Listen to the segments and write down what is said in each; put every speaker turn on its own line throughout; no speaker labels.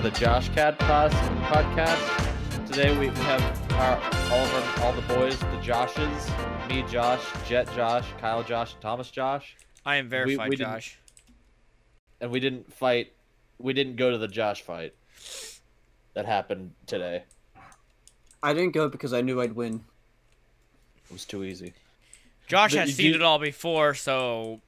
the Josh Cad Pos- podcast. Today we we have our all of our, all the boys, the Joshes, me, Josh, Jet, Josh, Kyle, Josh, Thomas, Josh,
I am verified,
we didn't-
Josh.
and we didn't fight. We didn't go to the Josh fight that happened today.
I didn't go because I knew I'd win.
It was too easy.
Josh
But
has
you
seen
do-
it all before, so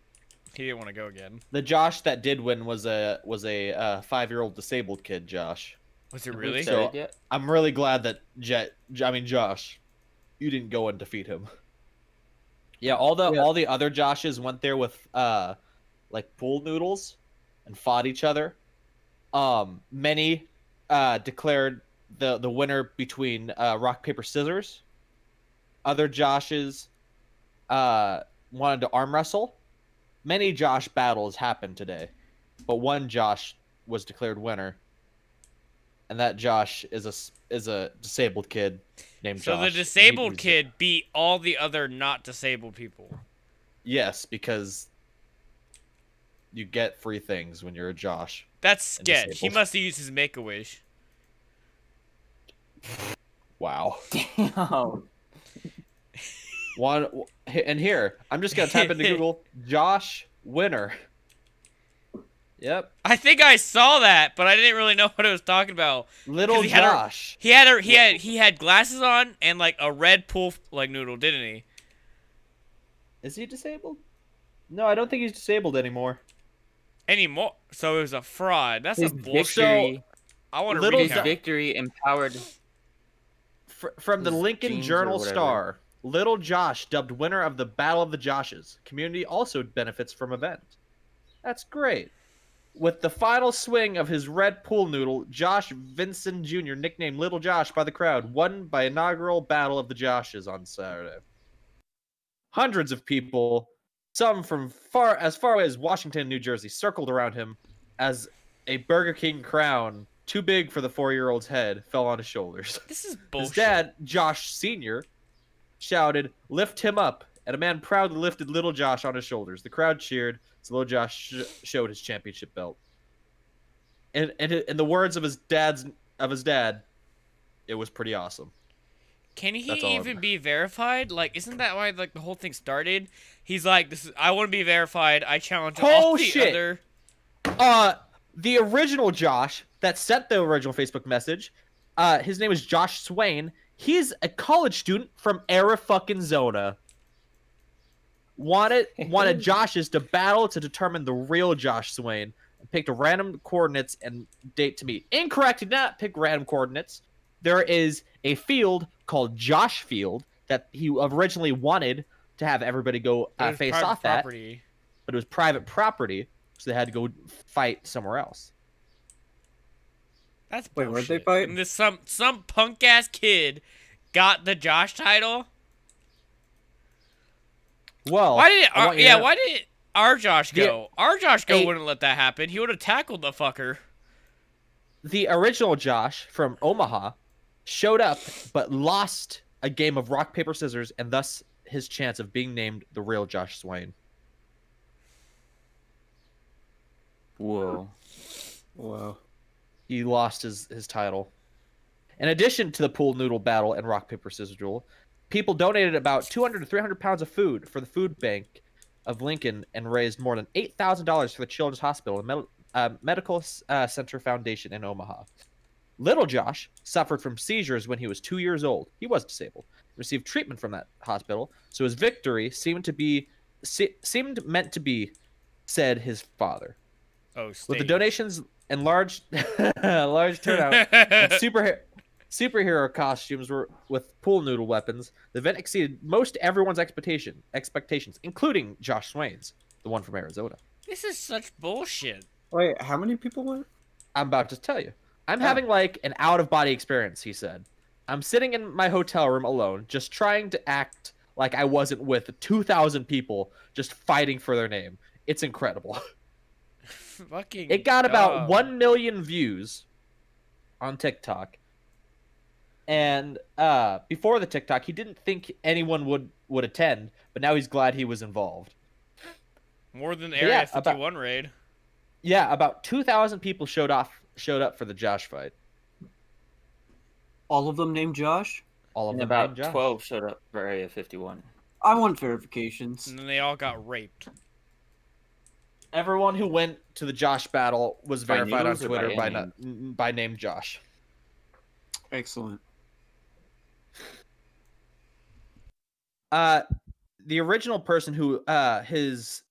he didn't want to go again.
The Josh that did win was a was a uh, five year old disabled kid, Josh.
Was it really?
so.
Said it
I'm really glad that Jet. I mean Josh, you didn't go and defeat him. Yeah, all the
Yeah.
all the other Joshes went there with uh, like pool noodles, and fought each other. Um, many uh declared the the winner between uh, rock paper scissors. Other Joshes, uh, wanted to arm wrestle. Many Josh battles happened today, but one Josh was declared winner and that Josh is a s- is a disabled kid named
So
Josh.
the
He
disabled
was-
kid beat all the other not disabled people.
Yes, because you get free things when you're a Josh.
That's
And
sketch. He
disabled.
must have used his make a wish.
Wow.
yet. Damn.
One and here I'm just gonna type into Google Josh winner. Yep,
I think I saw that, but I didn't really know what it was talking about.
little
'Cause he had a-
Josh.
He had a he had he had glasses on and like a red pool like noodle, didn't he?
Is he disabled? No, I don't think he's disabled anymore.
Anymore. So it was a fraud. That's
His
a bullshit.
victory,
I want to
Little
read
his
Josh-
victory empowered.
Fr- from the
His
Lincoln
jeans or
Journal
whatever.
Star, Little Josh dubbed winner of the Battle of the Joshes. Community also benefits from event. That's great. With the final swing of his red pool noodle, Josh Vinson Jr., nicknamed Little Josh by the crowd, won by inaugural Battle of the Joshes on Saturday. Hundreds of people, some from far as far away as Washington, New Jersey, circled around him as a Burger King crown, too big for the four-year-old's head, fell on his shoulders.
This is
His
bullshit.
dad, Josh Sr., shouted, Lift him up. And a man proudly lifted little Josh on his shoulders. The crowd cheered as little Josh sh- showed his championship belt. And, and in the words of his dad's of his dad, it was pretty awesome.
Can he
That's all I'm-
even be verified? Like, isn't that why like the whole thing started? He's like, this is I want to be verified. I challenge all the
Bullshit.
other.
Uh, the original Josh that sent the original Facebook message, uh, his name is Josh Swain. He's a college student from Arifuckinzona. Wanted wanted Josh's to battle to determine the real Josh Swain. Picked random coordinates and date to meet. Incorrect. Did not pick random coordinates. There is a field called Josh Field that he originally wanted to have everybody go uh,
There's
face
private
off at
property.
but it was private property, so they had to go fight somewhere else.
That's
Wait, where'd
bullshit.
they fight?
And this some some punk ass kid got the Josh title.
Well,
Why did it?
Oh, I
Our,
want you
yeah,
to-
why did our Josh
The-
go? Our Josh go
Hey.
wouldn't let that happen. He would have tackled the fucker.
the original Josh from Omaha showed up but lost a game of rock paper scissors and thus his chance of being named the real Josh Swain.
Whoa.
Whoa.
He lost his his title. In addition to the pool noodle battle and rock paper scissors duel, people donated about 200 to 300 pounds of food for the food bank of Lincoln and raised more than eight thousand dollars for the Children's Hospital and Med- uh, Medical uh, Center Foundation in Omaha. Little Josh suffered from seizures when he was two years old. He was disabled. Received treatment from that hospital, so his victory seemed to be se- seemed meant to be, said his father.
Oh,
With the
state.
donations and large, large turnout, and superhero superhero costumes were with pool noodle weapons. The event exceeded most everyone's expectation expectations, including Josh Swain's, the one from Arizona.
this is such bullshit.
Wait, how many people went?
I'm about to tell you. I'm
Oh.
having like an out of body experience, he said. I'm sitting in my hotel room alone, just trying to act like I wasn't with 2,000 people just fighting for their name. It's incredible.
Fucking.
It got about
dumb.
1 million views on TikTok. And uh, before the TikTok, he didn't think anyone would, would attend, but now he's glad he was involved.
more than
Yeah,
Area
about-
51 raid.
Yeah, about 2,000 people showed off showed up for the Josh fight.
All of them named Josh.
All of
And
them
about
named Josh.
12 showed up for Area 51.
I want verifications.
And then they all got raped.
Everyone who went to the Josh battle was
By
verified on
names or by
Twitter by
name?
na- by name Josh.
Excellent.
Uh, the original person who uh his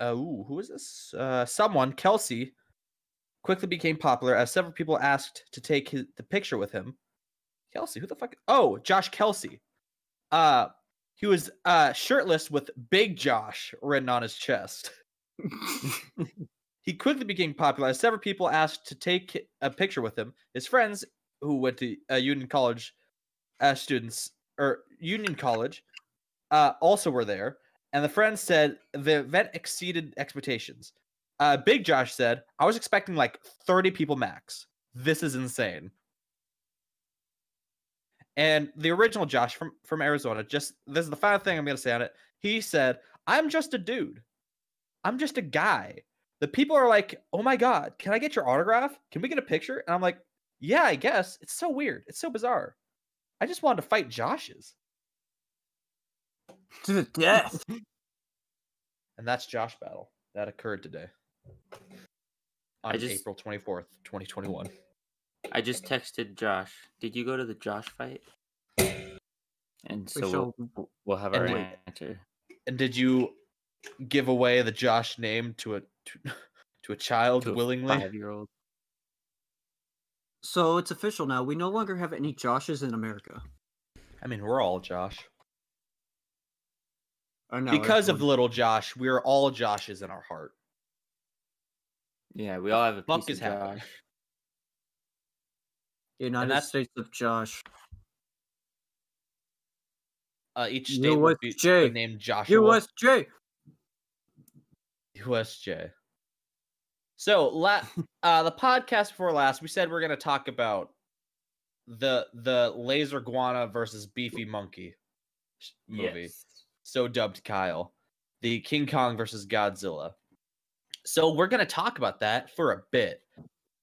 uh ooh, who was this? Uh, someone Kelsey quickly became popular as several people asked to take his, the picture with him. Kelsey, who the fuck? Oh, Josh Kelsey. Uh, he was uh shirtless with Big Josh written on his chest. He quickly became popular as several people asked to take a picture with him. His friends, who went to uh, Union College as students or Union College, uh, also were there. And the friends said the event exceeded expectations. Uh, Big Josh said, "I was expecting like 30 people max. This is insane." And the original Josh from from Arizona, just this is the final thing I'm gonna say on it. He said, "I'm just a dude. I'm just a guy." the people are like, "Oh my god, can I get your autograph? Can we get a picture?" And I'm like, "Yeah, I guess." It's so weird. It's so bizarre. I just wanted to fight Josh's,
to the death.
and that's Josh Battle that occurred today on
just-
April 24th, 2021.
I just texted Josh. Did you go to the Josh fight? And
We
so we'll, we'll- we'll have our
And
wait.
answer.
And did you give away the Josh name to a to, to a child
To a
willingly?
Five year old.
So it's official now. We no longer have any Joshes in America.
I mean, we're all Josh
Or Oh, no,
because of
everyone.
little Josh. We are all Joshes in our heart.
Yeah, we all have a
Fuck
piece
is
of
happening.
Josh.
United
that's-
States of Josh.
Uh, each state would be
USJ.
named Joshua.
USJ.
USJ. So la- uh, the podcast before last, we said we're gonna talk about the the laser guana versus beefy monkey sh- movie, so dubbed Kyle, the King Kong versus Godzilla. So we're gonna talk about that for a bit.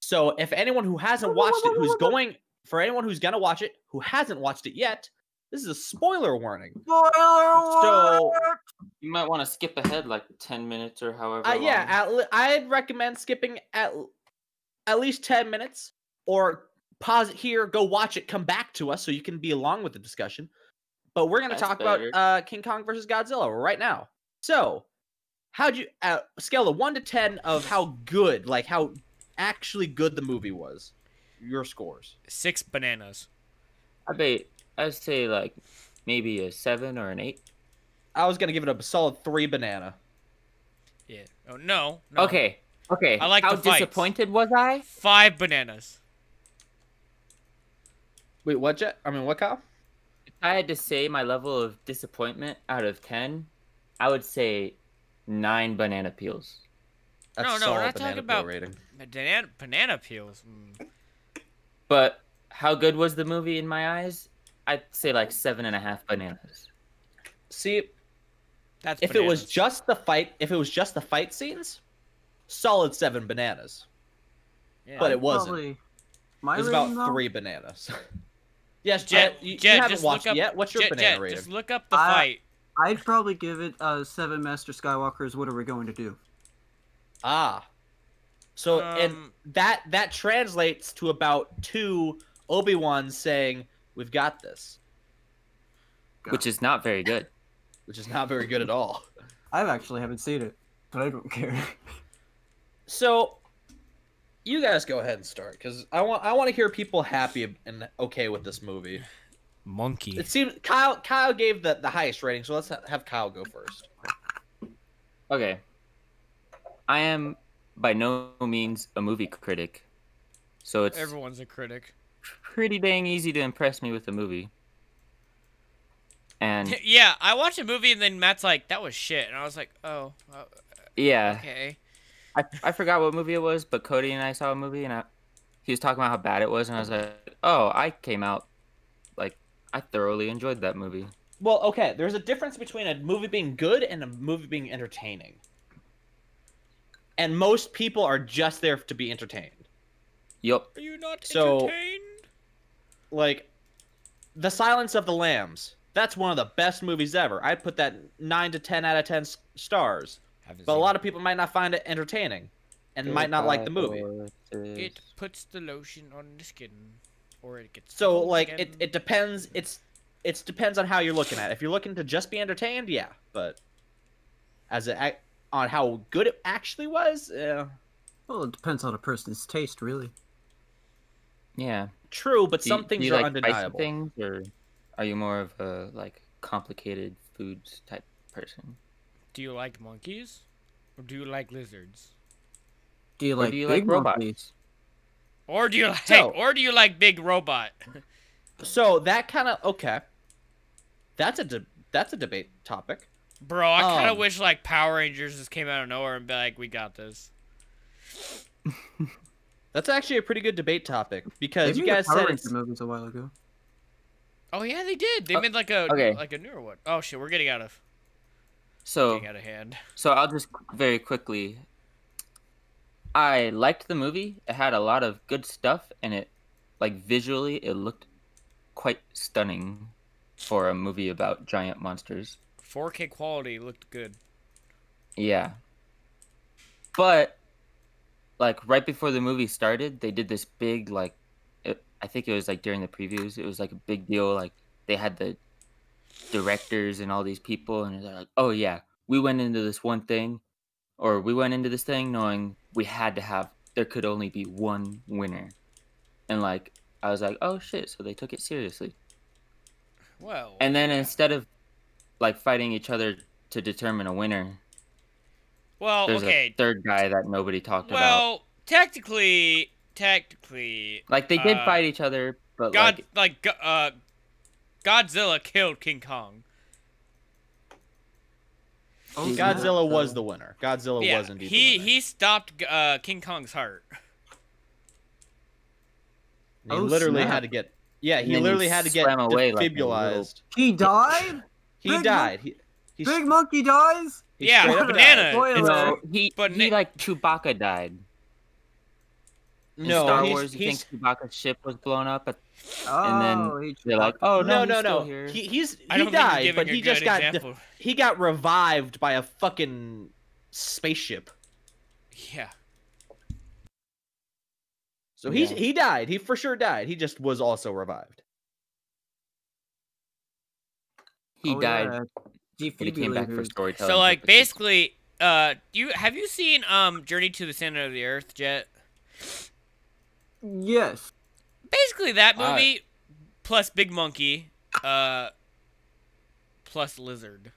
So if anyone who hasn't watched it, who's going for anyone who's gonna watch it, who hasn't watched it yet, this is a spoiler warning.
Spoiler
So-
alert!
You might want to skip ahead like 10 minutes or however.
Uh, yeah,
long.
at le- I'd recommend skipping at l- at least ten minutes, or pause it here, go watch it, come back to us so you can be along with the discussion. But we're gonna
That's
talk
better.
about uh, King Kong versus Godzilla right now. So, how'd you uh, scale of one to ten of how good, like how actually good the movie was? Your scores.
Six bananas.
I bet I'd say like maybe a seven or an eight.
I was gonna give it a solid three banana.
Yeah. Oh no. no.
Okay, okay.
I like
How
the fights.
disappointed was I?
Five bananas.
Wait, what, Jet? I mean, what, Kyle?
If I had to say my level of disappointment out of ten, I would say nine banana peels.
That's
No, no,
solid
we're not talking
banana peel
about-
rating.
Banana, banana peels. Mm.
But how good was the movie in my eyes? I'd say like seven and a half bananas.
See,
That's
if it was
bananas.
just the fight if it was just the fight scenes solid seven bananas
Yeah.
but it wasn't
Probably. My
it was
rating,
about
though?
three bananas yes
Jet,
Jet, you, you
Jet,
haven't
just
watched it
look up,
yet what's your
Jet,
banana
Jet,
rating
Just look up the
Uh,
fight.
I'd probably give it uh, seven Master Skywalkers. What are we going to do?
ah so
Um,
and that that translates to about two obi-wan saying we've got this
Which is not very good.
which is not very good at all
I actually haven't seen it, but I don't care.
so you guys go ahead and start because i want i want to hear people happy and okay with this movie
Monkey.
It seems Kyle Kyle gave the, the highest rating, so let's ha- have Kyle go first.
Okay. I am by no means a movie critic, so it's
Everyone's a critic.
pretty dang easy to impress me with a movie.
Mm.
And
yeah, I watched a movie and then Matt's like, "That was shit," and I was like, "Oh, uh,
yeah,
okay."
I, I forgot what movie it was, but Cody and I saw a movie and I, he was talking about how bad it was, and I was like, oh, I came out like I thoroughly enjoyed that movie.
Well, okay, there's a difference between a movie being good and a movie being entertaining. And most people are just there to be entertained.
Yup.
Are you not
So-
entertained?
Like, The Silence of the Lambs. That's one of the best movies ever. I'd put that nine to ten out of ten s- stars.
Haven't
But a
seen
lot of people might not find it entertaining, and might not like the movie.
"Oh,
mm.
it. It puts the lotion on the skin, or it gets.
So
cold
like it,
oh, again.
it depends. It's it depends on how you're looking at. it. If you're looking to just be entertained, yeah. But as it ac- on how good it actually was, uh,
Well, it depends on a person's taste, really.
Yeah.
true. But
Do you-
some things
do you
are
like spicy
undeniable.
Things, or are you more of a like complicated foods type person?
Do you like monkeys, or do you like lizards,
Do you
Or
like
do you
big
like robots?
monkeys?
or do you like,
So-
or do you like big robot?
So that kind of okay. That's a de- that's a debate topic.
Bro, I kind of
Um.
wish like Power Rangers just came out of nowhere and be like, "We got this."
That's actually a pretty good debate topic
They
because you
made a
guys
Power
said
Ranger
it's,
movies a while ago.
Oh yeah, they did. They
Uh,
made like a
okay.
like a newer one. Oh shit, we're getting out of
So
getting out of hand.
So I'll just qu- very quickly. I liked the movie. It had a lot of good stuff, and it, like visually, it looked quite stunning for a movie about giant monsters.
4K quality looked good.
Yeah. But, like right before the movie started, they did this big like, it, I think it was like during the previews. It was like a big deal. Like they had the directors and all these people, and they're like, "Oh yeah, we went into this one thing, or we went into this thing knowing we had to have there could only be one winner," and like I was like, "Oh shit!" So they took it seriously.
Well,
And then instead of like fighting each other to determine a winner,
well,
there's a
Oh, okay.
third guy that nobody talked about.
Well, technically, technically,
Like they did
uh,
fight each other, but
God,
like
like, go- uh, Godzilla killed King Kong.
Oh,
God-
Godzilla was the winner. Godzilla
yeah,
was indeed
he
the winner.
he stopped uh King Kong's heart.
He
Oh,
literally
snap.
had to get yeah.
And
He
then he
literally had to get
swam away like a little-
defibrillized.
He died.
He
Big
died. He, he
Big monkey dies. Oh,
He
Yeah,
straight up
banana.
died.
Spoiler.
It's-
no, he
but
he
Nick-
like Chewbacca died. In
No,
Star
he's-
Wars, you
he's-
think Chewbacca's ship was blown up, but
Oh, he
they're like, "Oh
no, no,
no, he's still
no.
here."
He, he's
I
he
don't think you're
died,
giving
but
a
he
good
just got def-
example.
he got revived by a fucking spaceship.
yeah.
So he
Yeah.
he died. He for sure died. He just was also revived.
He
oh,
died,
yeah,
but he came back for
defibrillators.
storytelling.
Oh,
So like
purposes.
basically, uh, you have you seen um Journey to the Center of the Earth, Jet?
Yes.
Basically, that
Alright.
movie plus Big Monkey, uh, plus Lizard.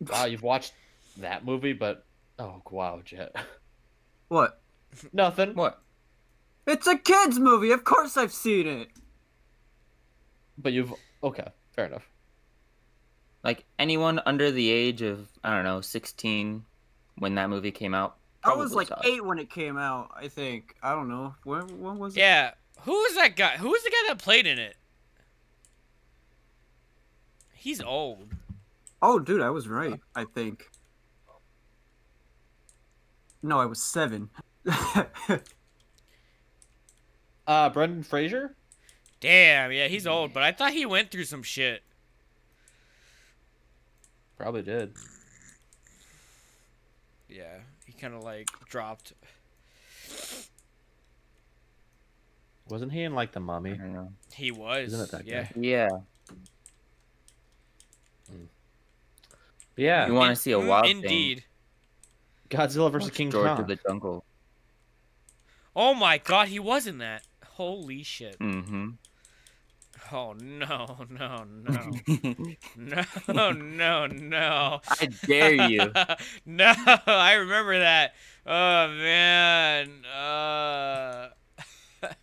Wow, you've watched that movie, but oh wow, Jet.
What?
Nothing.
what?
It's a kids movie. Of course, I've seen it.
But you've okay, fair enough.
Like anyone under the age of I don't know, sixteen, when that movie came out.
I was
probably
like
saw it.
eight when it came out. I think. I don't know. When? When was it?
Yeah. Who was that guy? Who was the guy that played in it? He's old.
Oh, dude, I was right. I think. No, I was seven.
Uh, Brendan Fraser.
Damn. Yeah, he's old. But I thought he went through some shit.
Probably did.
Yeah. He kind of like dropped.
Wasn't he in like the
I
Mummy?
don't know.
He was.
Isn't it that
yeah.
guy?
Yeah,
Yeah,
you want to see a
In-
wild thing?
Indeed.
Godzilla versus
watch
King
George
Kong.
of the Jungle.
Oh my god, he was in that. Holy shit.
Mm-hmm.
Oh no, no, no. No, no, no.
I dare you.
no, I remember that. Oh man. Uh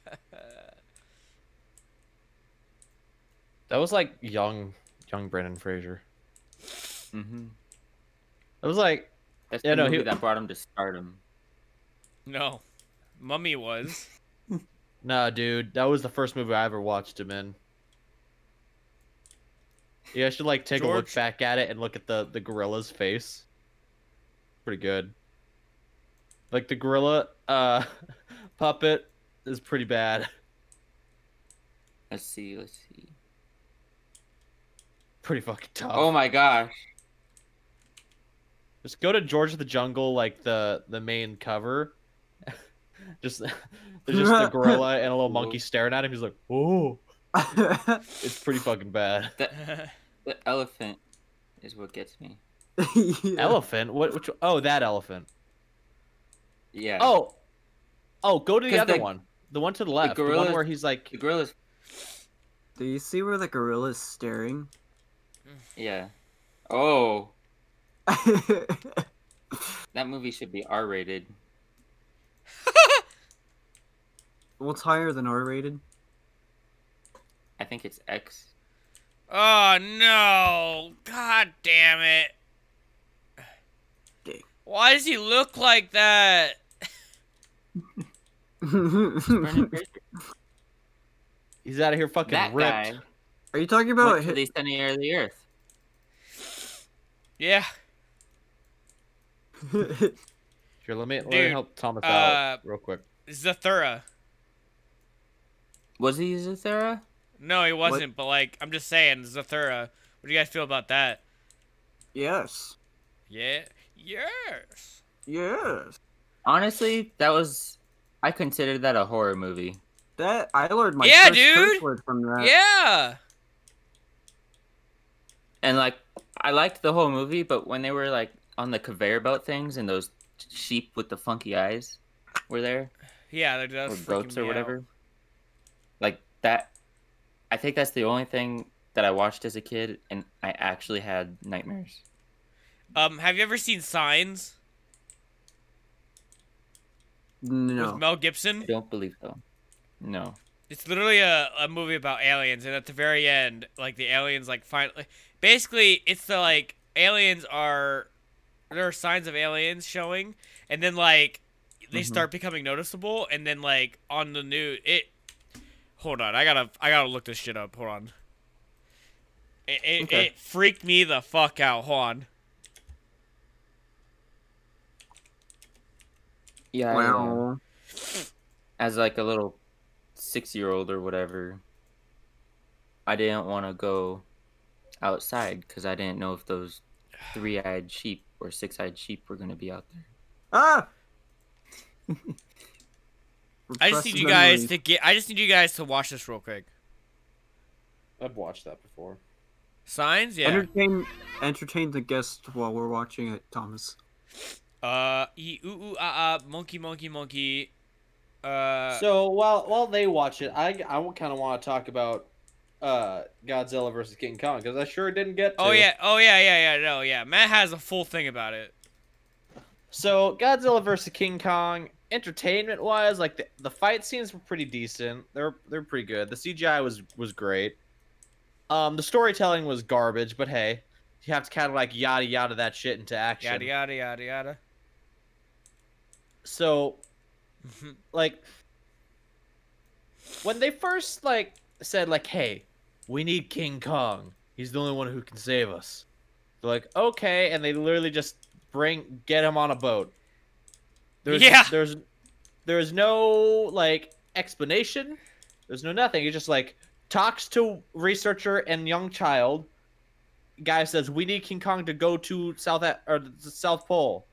That was like young, young Brendan Fraser.
Mm-hmm.
It was like
That's
Yeah,
the
no, he-
movie that brought him to stardom.
No. Mummy was.
Nah, dude, that was the first movie I ever watched him in. Yeah, I should like take a look
George-
back at it and look at the the gorilla's face. Pretty good. Like the gorilla uh puppet is pretty bad.
Let's see. Let's see.
Pretty fucking tough.
Oh my gosh.
Just go to George of the Jungle, like the the main cover. just there's just the gorilla and a little monkey staring at him. He's like, "Whoa!" It's pretty fucking bad.
The elephant is what gets me.
yeah.
Elephant? What? Which? Oh, that elephant.
Yeah.
Oh, oh, go to the
'Cause
other
the-
one, the one to the left, the, one
gorilla-
where he's like,
The gorilla's.
Do you see where the gorilla is staring?
Yeah. Oh, that movie should be R rated.
What's higher than R rated?
I think it's X.
Oh no! God damn it!
Dick.
Why does he look like that?
Are
he's out of here fucking
that
ripped.
guy
you talking about
went to
hit-
the sunny area of the earth.
Yeah.
Here, let me let me
Dude,
help Thomas
uh,
out real quick.
Zathura.
Was he Zathura?
No, he wasn't. But like, I'm just saying, Zathura. What do you guys feel about that?
Yes.
Yeah. Yes.
Yes.
Honestly, that was. I considered that a horror movie.
That I learned my
Yeah,
first curse
dude.
word from
Uh,
that.
Yeah.
And like, I liked the whole movie, but when they were like on the conveyor belt things and those sheep with the funky eyes were there,
Yeah. That, that
or
was
goats
freaking me
or
out.
whatever, like that. I think that's the only thing that I watched as a kid, and I actually had nightmares.
Um, have you ever seen Signs
No.
with Mel Gibson?
I don't believe so. No.
It's literally a, a movie about aliens, and at the very end, like the aliens, like finally, basically, it's the like aliens are there are signs of aliens showing, and then like they
Mhm.
start becoming noticeable, and then like on the news, it. Hold on, I gotta I gotta look this shit up. Hold on. It it,
Okay.
it freaked me the fuck out. Hold on.
Yeah. I, uh,
Wow.
as like a little six year old or whatever, I didn't want to go outside because I didn't know if those three eyed sheep or six eyed sheep were going to be out there.
Ah.
I just
Repressed
need you guys
memories.
to get. I just need you guys to watch this real quick.
I've watched that before.
Signs, yeah.
entertain entertain the guest while we're watching it, Thomas.
Uh, ee, ooh, ooh, ah, ah, monkey, monkey, monkey. Uh,
so while while they watch it, I I kind of want to talk about uh Godzilla versus King Kong because I sure didn't get. To.
oh yeah, oh yeah, yeah, yeah, no, yeah. Matt has a full thing about it.
So Godzilla versus King Kong, entertainment wise, like the, the fight scenes were pretty decent. They're they're pretty good. The CGI was was great. Um, the storytelling was garbage, but hey, you have to kind of like yada yada that shit into action.
Yada yada yada yada.
So
Mhm.
like when they first like said like hey we need king kong he's the only one who can save us they're like okay and they literally just bring get him on a boat there's
Yeah.
there's there's no like explanation there's no nothing He just like talks to researcher and young child guy says we need king kong to go to south A- or the south pole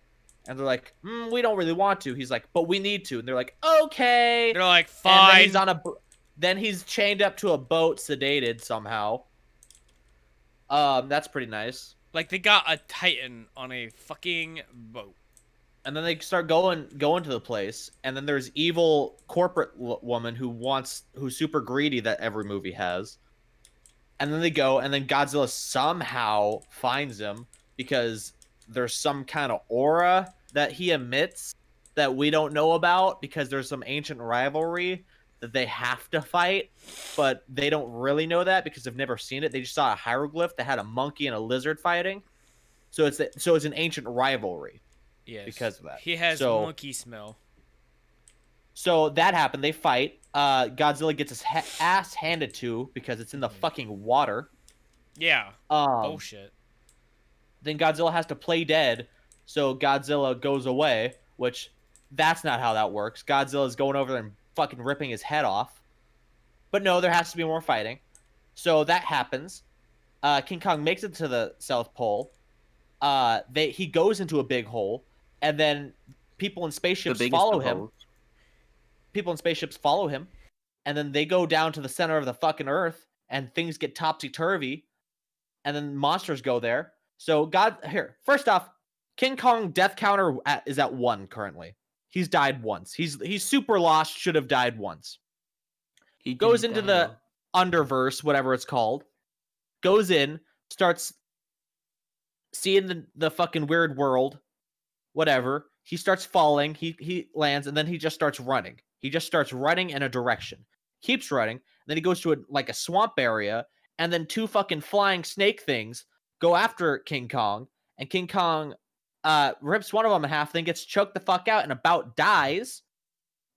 and they're like, mm, we don't really want to. He's like, but we need to. And they're like, okay.
They're like
And then
fine.
he's on a. bo- Then he's chained up to a boat, sedated somehow. Um, that's pretty nice.
like they got a titan on a fucking boat.
And then they start going going to the place, and then there's evil corporate l- woman who wants who's super greedy that every movie has. And then they go, and then Godzilla somehow finds him because there's some kind of aura that he emits that we don't know about because there's some ancient rivalry that they have to fight, but they don't really know that because they've never seen it. They just saw a hieroglyph that had a monkey and a lizard fighting. So it's a, so it's an ancient rivalry.
Yes.
Because of that.
He has
So-
monkey smell.
So that happened. They fight. Uh, Godzilla gets his ha- ass handed to because it's in the fucking water.
Yeah.
Um,
Bullshit.
then Godzilla has to play dead, so Godzilla goes away. Which that's not how that works. Godzilla's going over there and fucking ripping his head off. But no, there has to be more fighting. So that happens. Uh, King Kong makes it to the South Pole. Uh, they he goes into a big hole, and then people in spaceships
biggest
follow
of
him.
all.
People in spaceships follow him, and then they go down to the center of the fucking Earth, and things get topsy turvy, and then monsters go there. So God, here first off, King Kong death counter at, is at one currently. He's died once. He's he's super lost. Should have died once
He
goes
didn't
into
die.
the underverse, whatever it's called, goes in, starts seeing the, the fucking weird world, whatever. He starts falling, he he lands, and then he just starts running. He just starts running in a direction, keeps running, then he goes to a, like a swamp area, and then two fucking flying snake things go after King Kong, and King Kong uh, rips one of them in half, then gets choked the fuck out and about dies.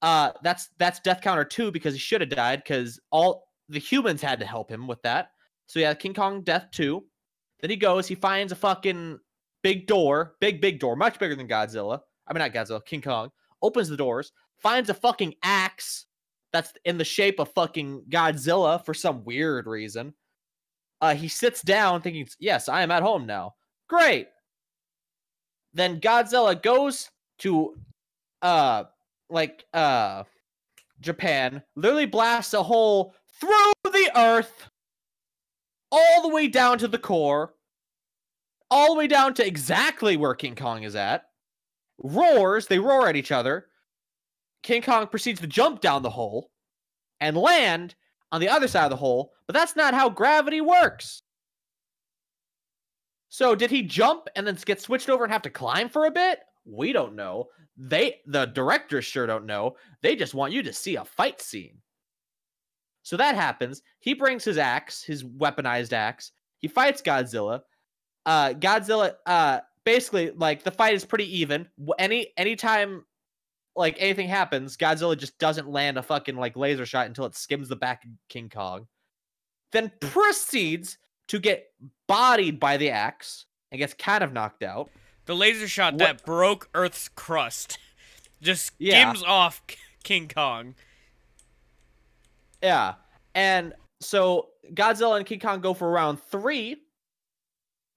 Uh, that's that's death counter two because he should have died because all the humans had to help him with that. So yeah, King Kong death two. Then he goes, he finds a fucking big door, big big door, much bigger than Godzilla. I mean not Godzilla, King Kong. Opens the doors, finds a fucking axe that's in the shape of fucking Godzilla for some weird reason. Uh, he sits down thinking, yes, I am at home now. Great. Then Godzilla goes to uh like uh Japan, literally blasts a hole through the earth all the way down to the core, all the way down to exactly where King Kong is at. Roars, they roar at each other. King Kong proceeds to jump down the hole and land on the other side of the hole, but that's not how gravity works. So did he jump and then get switched over and have to climb for a bit? We don't know. They the directors sure don't know. They just want you to see a fight scene. So that happens. He brings his axe, his weaponized axe. He fights Godzilla. Uh, Godzilla. Uh, basically, like the fight is pretty even. Wh- Any anytime, like anything happens, Godzilla just doesn't land a fucking like laser shot until it skims the back of King Kong. Then proceeds to get bodied by the axe and gets kind of knocked out.
The laser shot
What-
that broke Earth's crust just
Yeah.
skims off K- King Kong.
Yeah. And so Godzilla and King Kong go for round three.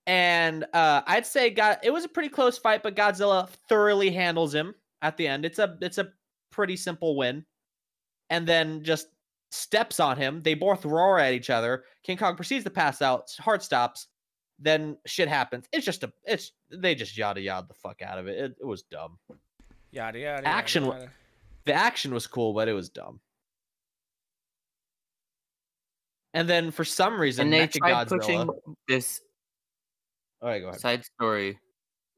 And uh, I'd say God, it was a pretty close fight, but Godzilla thoroughly handles him at the end. It's a it's a pretty simple win. And then just steps on him. They both roar at each other. King Kong proceeds to pass out. s- Heart stops. Then shit happens. It's just a it's they just yada yada the fuck out of it. It, it was dumb.
Yada yada.
Action
Yada,
w-
yada.
The action was cool, but it was dumb. And then for some reason,
and they tried
Mechagodzilla.
pushing this
All right, go ahead.
side story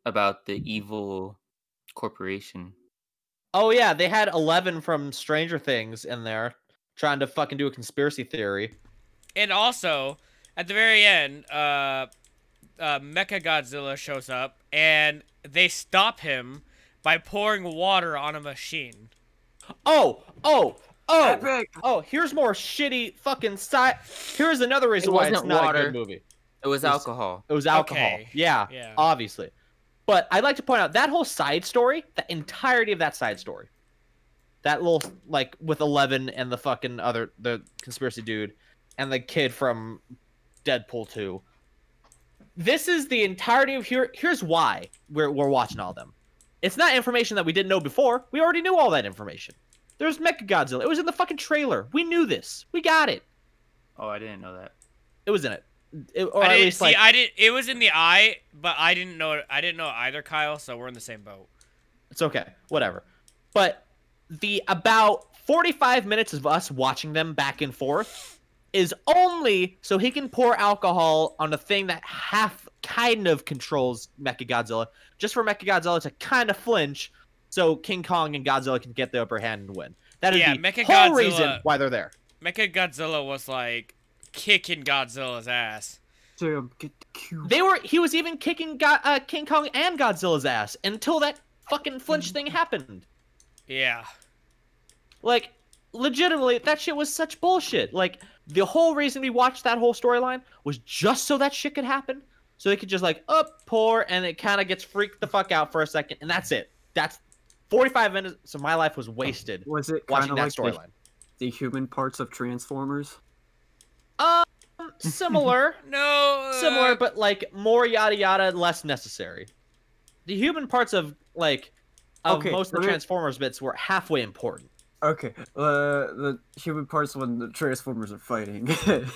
about the evil corporation.
Oh yeah, they had Eleven from Stranger Things in there trying to fucking do a conspiracy theory.
And also, at the very end, uh, uh, Mecha Godzilla shows up and they stop him by pouring water on a machine.
Oh, oh, oh,
Epic!
oh! Here's more shitty fucking side. Here's another reason why it's
wasn't
not a
water.
good movie.
It was
It was-
alcohol.
It was alcohol.
Okay.
Yeah,
Yeah.
obviously. But I'd like to point out that whole side story, the entirety of that side story, that little like with Eleven and the fucking other the conspiracy dude and the kid from Deadpool two. This is the entirety of here. Here's why we're we're watching all them. It's not information that we didn't know before. We already knew all that information. There's Mechagodzilla. It was in the fucking trailer. We knew this. We got it.
Oh, I didn't know that.
It was in it. It- or
I
at
didn't
least
see.
like
I didn't. It was in the eye, but I didn't know. I didn't know either, Kyle. So we're in the same boat.
It's okay. Whatever. But the about 45 minutes of us watching them back and forth is only so he can pour alcohol on a thing that half kind of controls Mechagodzilla, just for Mechagodzilla to kind of flinch so King Kong and Godzilla can get the upper hand and win. That is
Yeah,
the whole reason
Mechagodzilla-
why they're there.
Mecha Godzilla was like kicking Godzilla's ass.
Damn, um, get the cube.
They were he was even kicking Go- uh, King Kong and Godzilla's ass until that fucking flinch thing happened.
Yeah.
Like, legitimately, that shit was such bullshit. Like, the whole reason we watched that whole storyline was just so that shit could happen. So they could just, like, up, pour, and it kind of gets freaked the fuck out for a second, and that's it. That's 45 minutes of my life was wasted
Was it
watching
kind of
that
like the,
storyline.
the human parts of Transformers?
Um, similar,
No. uh,
similar, but like more yada yada, less necessary. The human parts of like of
Okay,
most of the
let me-
Transformers bits were halfway important.
Okay, uh, the human parts when the Transformers are fighting.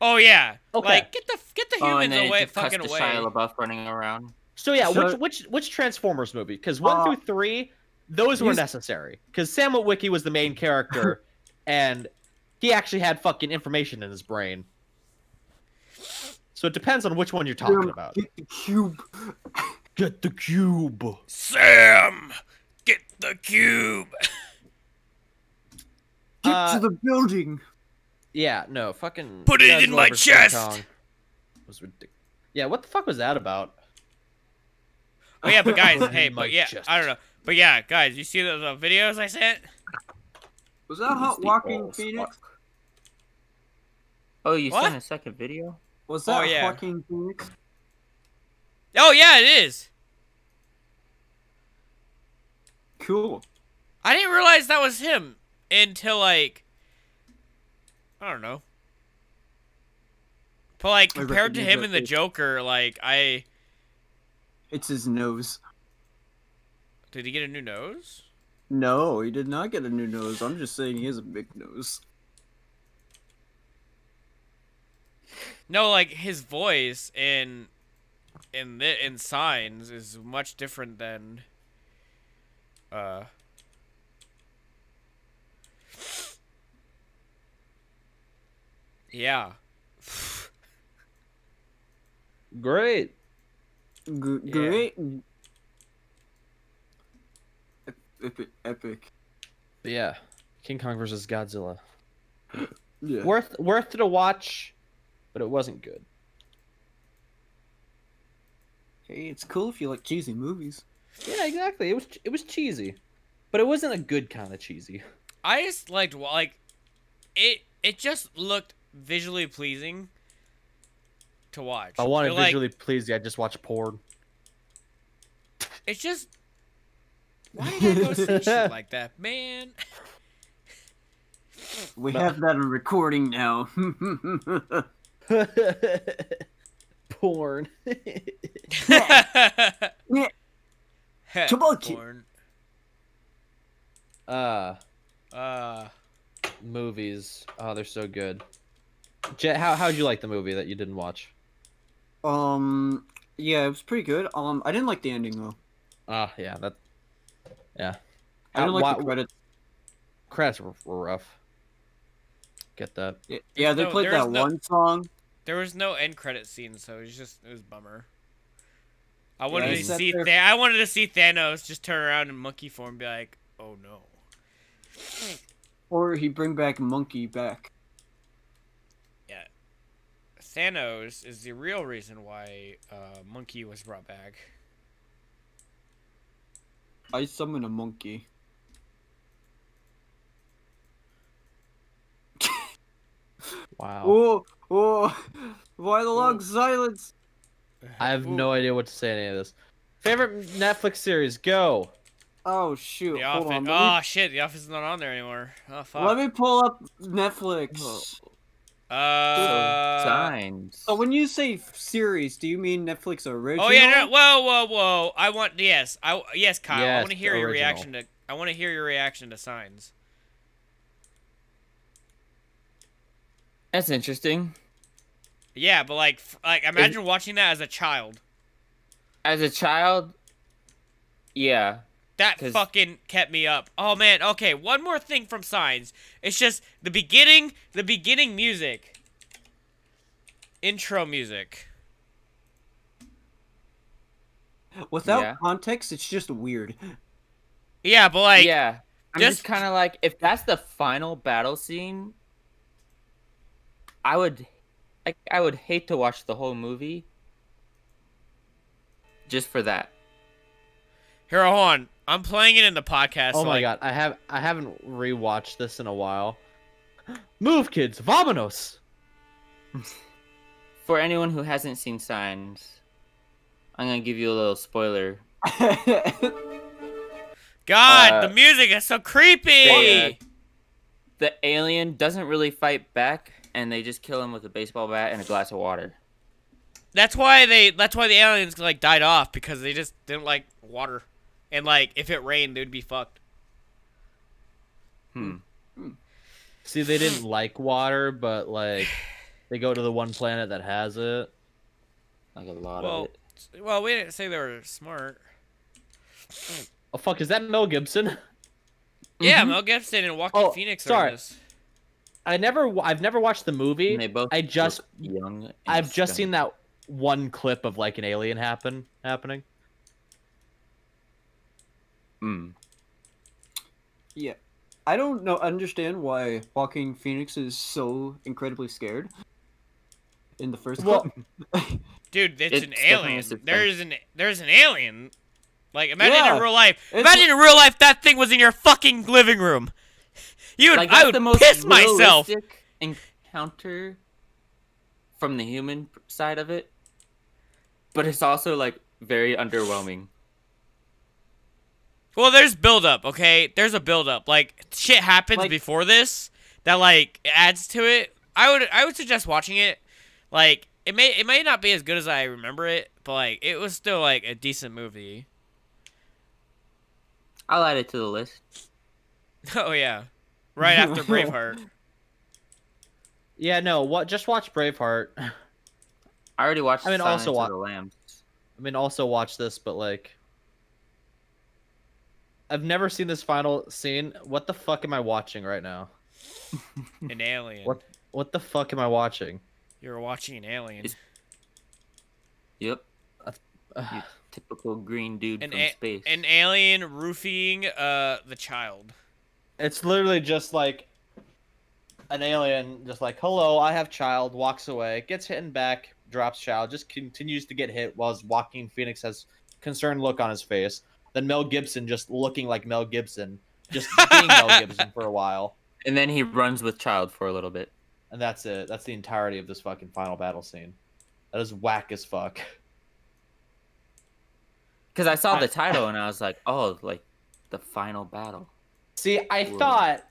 Oh yeah.
Okay.
Like get the get the
Oh,
humans
and then
away,
it just cuts
fucking
to
away.
Shia LaBeouf running around.
So yeah,
So-
which which which Transformers movie? Because one
Uh,
through three, those were
these-
necessary. Because Sam Witwicky was the main character, and he actually had fucking information in his brain. So it depends on which one you're talking about.
Get the cube.
Get the cube.
Sam, get the cube.
Get
Uh,
to the building.
Yeah, no, fucking.
Put it
Godzilla
in my
versus King
chest!
Kong Was ridiculous. Yeah, what the fuck was that about?
Oh yeah, but guys,
Put it
hey,
in my
but yeah,
chest.
I don't know, but yeah, guys, you see those uh, videos I sent?
Was that Hot
Steve
Walking
Balls.
Phoenix?
Oh, you
What?
sent a second video?
Was
Oh,
that
yeah.
Walking Phoenix?
Oh yeah, it is.
Cool.
I didn't realize that was him until like I don't know. But like
I
compared to
recognize
him
that
and the
face.
Joker, like I
It's his nose.
did he get a new nose?
No, he did not get a new nose. I'm just saying he has a big nose.
No, like his voice in in the in signs is much different than uh Yeah.
Great.
G-
Yeah.
Great. Ep- Epic, epic.
But yeah, King Kong versus Godzilla.
Yeah.
Worth worth it a watch, but it wasn't good.
Hey, it's cool if you like cheesy movies.
Yeah, exactly. It was it was cheesy, but it wasn't a good kind of cheesy.
I just liked wa- like it it just looked visually pleasing to watch.
I wanted
It, like,
visually pleasing. I just watched porn.
It's just why did I go say shit like that, man?
We
No.
have that on recording now.
porn.
Kabuki.
Born,
uh
Uh
movies. Oh, they're so good. Jet, how how'd you like the movie that you didn't watch?
um, yeah, it was pretty good. Um, I didn't like the ending though.
Ah, yeah, that. Yeah,
I didn't
Uh,
like
why-
the credits.
credits were, were rough. Get that.
Yeah, Yeah, they
no-
played
there
that
is no-
one song.
There was no end credit scene, so it was just it was a bummer. I wanted
he
to
sat
see
there-
Tha- I wanted to see Thanos just turn around in monkey form and be like, "Oh no."
Or he bring back monkey back.
Thanos is the real reason why uh, Monkey was brought back.
I summon a monkey.
Wow.
Oh, oh! Why the long
Ooh.
silence?
I have
Ooh.
no idea what to say to any of this. Favorite Netflix series? Go.
Oh shoot!
The
Hold
office.
on. Let me,
Oh shit, the office is not on there anymore. Oh fuck.
let me pull up Netflix.
Oh.
uh,
Signs.
So Oh, when you say f- series, do you mean Netflix original?
oh yeah, no, whoa, whoa, whoa! I want yes, I yes, Kyle. I
Yes,
want to hear
the
your
original.
reaction to. I want to hear your reaction to Signs.
That's interesting.
Yeah, but like, f- like imagine watching that as a child.
As a child, yeah.
That
'Cause-
fucking kept me up. Oh man, okay, one more thing from Signs. It's just the beginning, the beginning music. Intro music.
Without
Yeah.
context, it's just weird.
Yeah, but like
yeah. I'm
just-
just, kind of like, if that's the final battle scene, I would, like, I would hate to watch the whole movie. Just for that.
here hold on. I'm playing it in the podcast.
oh
so,
my
like,
god, I have I haven't rewatched this in a while. Move, kids, vamonos.
For anyone who hasn't seen Signs, I'm gonna give you a little spoiler.
God,
Uh,
the music is so creepy.
Yeah. uh, The alien doesn't really fight back, and they just kill him with a baseball bat and a glass of water.
That's why they. That's why the aliens like died off because they just didn't like water, and like if it rained, they'd be fucked.
Hmm.
See, they didn't like water, but like they go to the one planet that has it.
Like a lot
Well,
of it.
well, we didn't say they were smart.
Oh fuck, is that Mel Gibson?
Yeah,
Mhm.
Mel Gibson and Walking
Oh,
Phoenix are
sorry.
in this.
I never, wa- I've never watched the movie.
And they both
I
look
just,
young. and
I've just seen
scrawny.
that one clip of like an alien happen happening.
Hmm.
Yeah. I don't know understand why Walking Phoenix is so incredibly scared in the first
Well-
clip.
Dude, it's,
It's
an
definitely
alien.
a sitcom.
There's an there's an alien. Like imagine
Yeah,
in real life.
it's-
imagine in real life that thing was in your fucking living room. You would,
Like
I
that's
would
the most
piss myself.
realistic encounter from the human p- side of it, but it's also like very underwhelming.
Well, there's buildup, okay? There's a buildup. Like shit happens
Like-
before this that like adds to it. I would I would suggest watching it. Like it may it may not be as good as I remember it, but like it was still like a decent movie.
I'll add it to the list.
Oh yeah, right after Braveheart.
Yeah, no, what? Just watch Braveheart. I
I already watched.
I mean, also
Silence
wa-
of the Lambs.
mean, also watch this, but like, I've never seen this final scene. What the fuck am I watching right now?
An alien.
What? What the fuck am I watching?
You're watching an alien.
It's- Yep,
Ugh.
typical green dude
An
from
a-
space.
An alien roofing uh the child.
It's literally just like an alien, just like, hello, I have child, walks away, gets hit in back, drops child, just continues to get hit while Walking Phoenix has concerned look on his face. Then Mel Gibson just looking like Mel Gibson, just being Mel Gibson for a while.
and then he runs with child for a little bit.
And that's it. That's the entirety of this fucking final battle scene. That is whack as fuck.
Because I saw the title and I was like, oh, like the final battle.
See, I
Whoa.
thought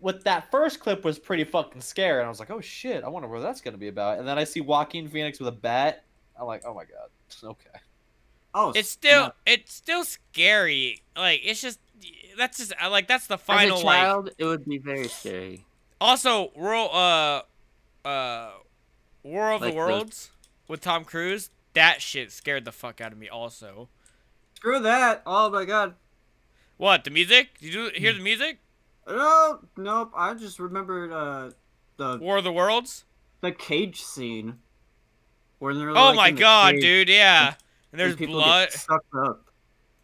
what that first clip was pretty fucking scary, and I was like, oh shit, I wonder what that's gonna be about. And then I see Joaquin Phoenix with a bat. I'm like, oh my god, okay.
oh,
It's still it's still scary. Like it's just that's just I- like that's the final
As a
like
child, it would be very scary.
Also, world uh uh War of
Like
the
those-
Worlds with Tom Cruise, that shit scared the fuck out of me also.
screw that. Oh my god.
What, the music? Did you hear the music?
No, Oh, nope. I just remembered uh the
War of the Worlds?
the cage scene. Where they're
Oh
like,
my
in the
god,
cage
dude, yeah. And
and
there's
people
blood.
Get sucked up.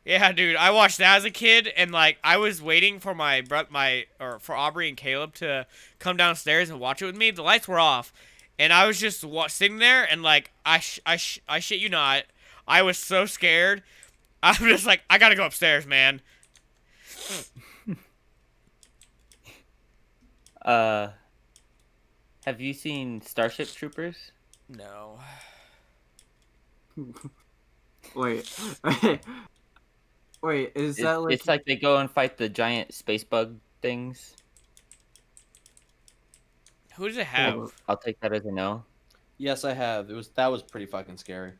Yeah, dude, I watched that as a kid, and like I was waiting for my bro- my or for Aubrey and Caleb to come downstairs and watch it with me. The lights were off, and I was just wa- sitting there, and like I sh- I sh- I shit you not, I was so scared. I'm just like I gotta go upstairs, man.
Uh, have you seen Starship Troopers?
No.
Wait. Wait, is
It-
that like,
it's like they go and fight the giant space bug things.
Who does it have?
Caleb.
I'll take that as a no.
Yes, I have. It was that was pretty fucking scary. At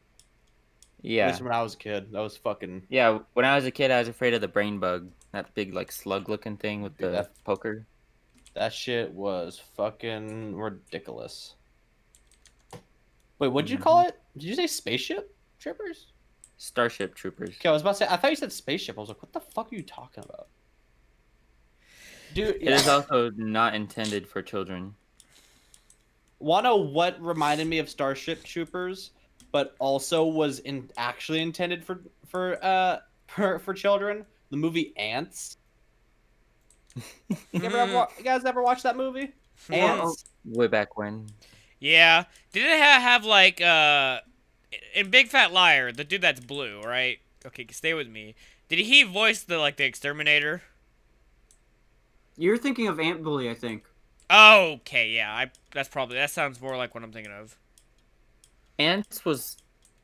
Yeah.
least when I was a kid, that was fucking.
Yeah, when I was a kid, I was afraid of the brain bug, that big like slug looking thing with
Dude,
the
that-
poker.
That shit was fucking ridiculous. Mm-hmm. Wait, what'd you call it? Did you say spaceship trippers?
Starship Troopers.
Okay, I was about to say. I thought you said spaceship. I was like, what the fuck are you talking about? Dude,
It is also not intended for children.
Wanna what reminded me of Starship Troopers, but also was in actually intended for for uh for, for children. The movie Ants. you, ever, ever wa- you guys ever watched that movie? Ants.
Way back when.
Yeah. Did it ha- have like uh in Big Fat Liar, the dude that's blue, right? Okay, stay with me. Did he voice the like the exterminator?
you're thinking of Aunt Bully, I think.
Okay, yeah, I that's probably that sounds more like what I'm thinking of.
Ants was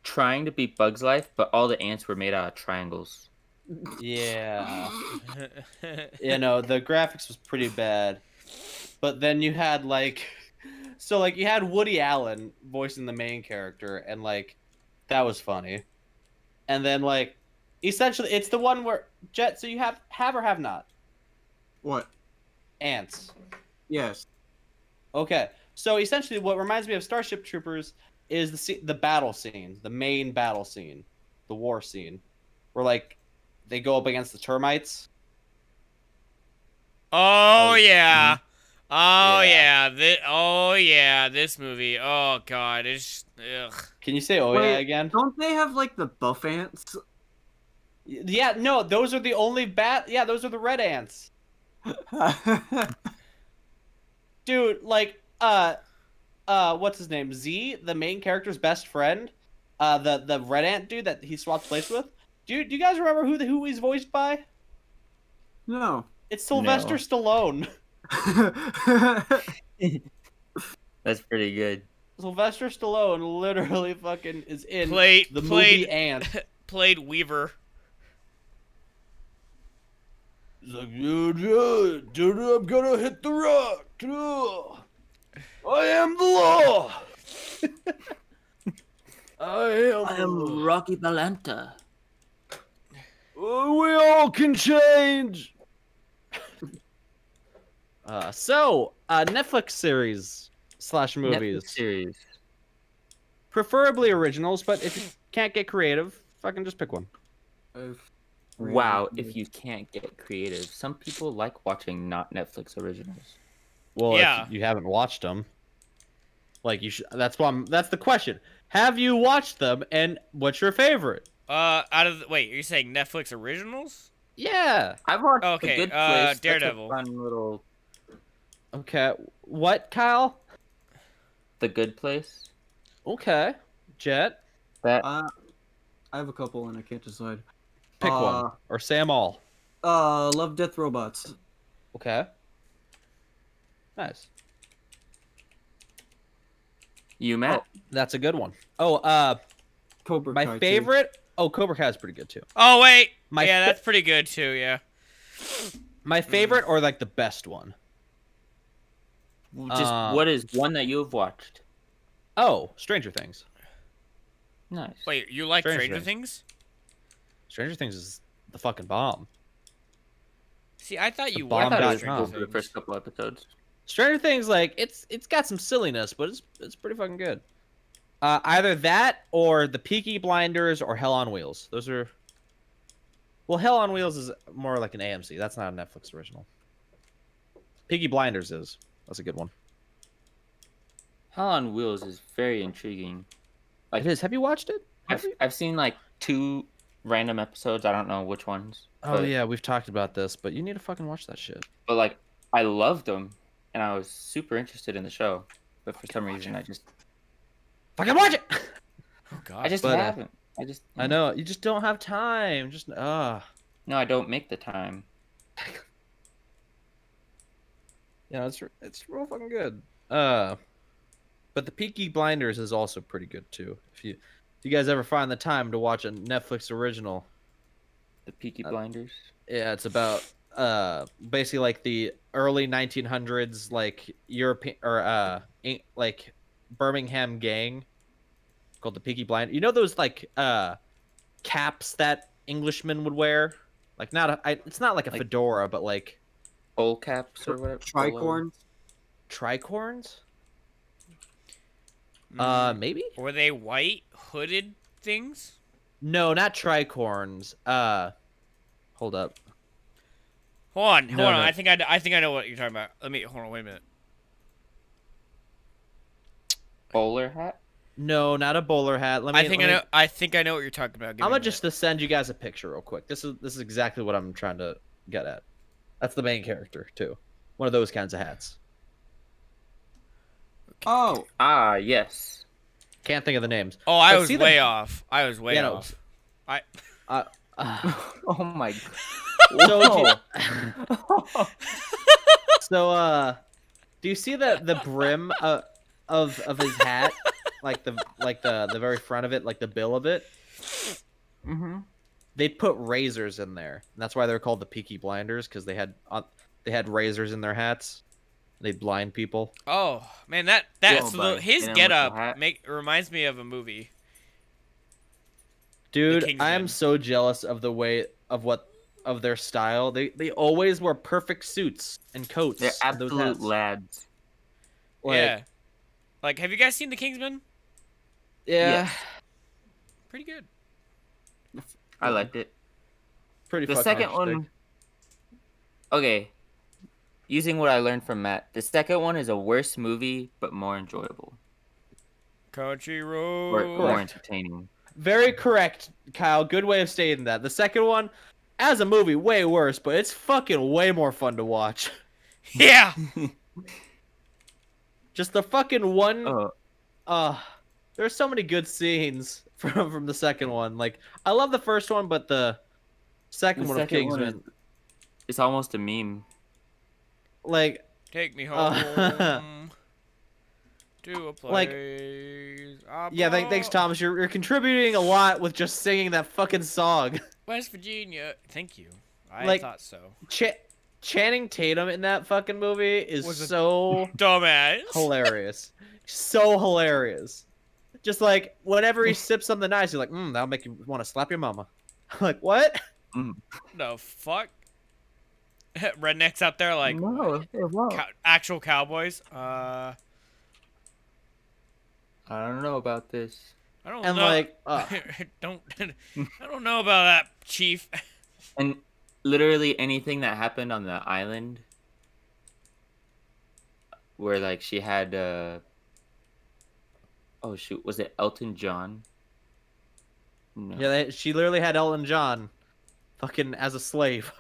trying to be Bug's Life, but all the ants were made out of triangles.
Uh.
Yeah.
Oh,
you know the graphics was pretty bad but then you had like so like you had woody allen voicing the main character and like that was funny and then like essentially it's the one where jet so you have have or have not
What?
ants
Yes.
okay so essentially what reminds me of starship troopers is the sce- the battle scene the main battle scene the war scene where like they go up against the termites
oh
Oh,
yeah. Oh
Yeah.
yeah. Thi- oh yeah. This movie. Oh god. It's ugh.
can you say oh yeah
Wait,
again
Don't they have like the buff ants?
yeah no those are the only bat yeah those are the red ants dude like uh uh what's his name z the main character's best friend uh the the red ant dude that he swapped place with dude do you guys remember who the who he's voiced by
no.
it's sylvester
No.
stallone
That's pretty good.
sylvester stallone literally fucking is in
Play-
the
played-
movie ant
Played Weaver.
He's like, dude, dude, dude, i'm gonna hit the rock dude. i am the law I am,
Rocky Balanta.
Uh, We all can change. uh, so, uh, Netflix series slash movies,
series.
preferably originals, but if you can't get creative, fucking just pick one.
Wow, if you can't get creative, some people like watching not Netflix originals.
Well,
if Yeah.
you haven't watched them, like you should. That's why. I'm, that's the question. Have you watched them, and what's your favorite?
Uh, out of the, wait, are you saying Netflix originals?
Yeah.
I've watched
Okay,
a good place.
uh,
That's a
Daredevil.
fun little
Okay. What, Kyle?
The Good Place.
Okay. Jet,
That
Uh, I have a couple and I can't decide.
pick
Uh,
one, or Sam All.
Uh, Love Death Robots.
Okay. Nice.
you met.
That's a good one. Oh, uh,
Cobra Kai
my
too.
favorite. Oh, Cobra Kai is pretty good too.
Oh wait,
My
yeah,
fa-
that's pretty good too. Yeah,
My
Mm.
favorite or like the best one.
Just
uh,
what is one that you have watched?
Oh, Stranger Things.
Nice.
wait, you like
Stranger
Stranger
Things.
Things?
Stranger Things is the fucking bomb.
See, I thought you
I
bomb
watched
thought it was
dot
Stranger
cool
com.
for the
Things.
first couple episodes.
Stranger Things, like it's it's got some silliness, but it's it's pretty fucking good. Uh, either that or the Peaky Blinders or Hell on Wheels. Those are. Well, Hell on Wheels is more like an AMC. That's not a Netflix original. Peaky Blinders is. That's a good one.
Hell on Wheels is very intriguing. Like-
it is. Have you watched it?
I've, I've seen like two random episodes. I don't know which ones.
Oh
but-
yeah, we've talked about this, but you need to fucking watch that shit.
But like, I loved them, and I was super interested in the show. But for some reason, I just,
Fucking watch it.
Oh god,
I just
But, uh,
haven't. I just,
I know you just don't have time. Just ah,
No, I don't make the time.
you know it's it's real fucking good. Uh, but the Peaky Blinders is also pretty good too. If you if you guys ever find the time to watch a Netflix original,
The Peaky
Uh,
Blinders.
yeah, it's about uh basically like the early 1900s like European or uh Eng- like Birmingham gang called the Peaky Blind. You know those like uh caps that Englishmen would wear? Like not a I, it's not like a
Like-
fedora, but like
Bowl caps or whatever. polo.
Tricorn.
tricorns?
Mm.
Uh maybe?
were they white hooded things?
No, not tricorns. Uh hold up.
Hold on, hold
No,
on.
no.
I think I, I think I know what you're talking about. Let me hold on. Wait a minute.
Bowler hat.
No, not a bowler hat. Let me
I think I
let me-
know. I think I know what you're talking about. Give
I'm
me a
gonna
minute.
just send you guys a picture real quick. This is this is exactly what I'm trying to get at. That's the main character too. One of those kinds of hats.
Oh,
Ah, yes.
Can't think of the names.
Oh, I
but
was
see the-
way off. I was way
Yeah, no.
off. I.
Uh,
Oh my. g-
so, if
Whoa.
you- so uh, do you see the the brim uh, of of his hat, like the like the the very front of it, like the bill of it?
Mhm.
they put razors in there. And that's why they're called the Peaky Blinders because they had uh, they had razors in their hats. They blind people.
Oh man, that that
Well,
so
but
the- his
you know, with the
getup
hat-
make reminds me of a movie.
Dude, I
Kingsman.
am so jealous of the way of what of their style. They they always wear perfect suits and coats.
They're
and those
absolute
hats.
lads.
Like,
yeah, like have you guys seen The Kingsman?
yeah,
Yes.
Pretty good.
I liked it.
pretty.
The
fucking
second
interesting.
one. Okay. Using what I learned from Matt, the second one is a worse movie but more enjoyable
Country
or
Road.
more entertaining.
Very correct, Kyle. Good way of stating that. The second one, as a movie, way worse, but it's fucking way more fun to watch.
Yeah.
Just the fucking one.
Oh,
Uh, there's so many good scenes from from the second one. Like I love the first one, but the second
The
one
second
of
one
Kingsman,
it's almost a meme.
like
Take me home.
Uh,
to a
Like-
place. Like,
yeah, thank, thanks, Thomas. You're you're contributing a lot with just singing that fucking song.
West Virginia. Thank you. I
Like-
thought so.
Ch- Channing Tatum in that fucking movie is
Was a-
so
Dumbass.
hilarious, so hilarious. Just like whenever he sips something nice, he's like, mm, "That'll make you want to slap your mama." I'm like, "What?"
The fuck. Rednecks out there like
Mm-hmm.
no,
Oh.
cow- actual cowboys. Uh, I
I don't know about this.
don't
And
know.
like, uh,
don't. I don't know about that, Chief.
And literally anything that happened on the island where like she had uh oh shoot, was it Elton John? No.
yeah, they, she literally had Elton John, fucking as a slave.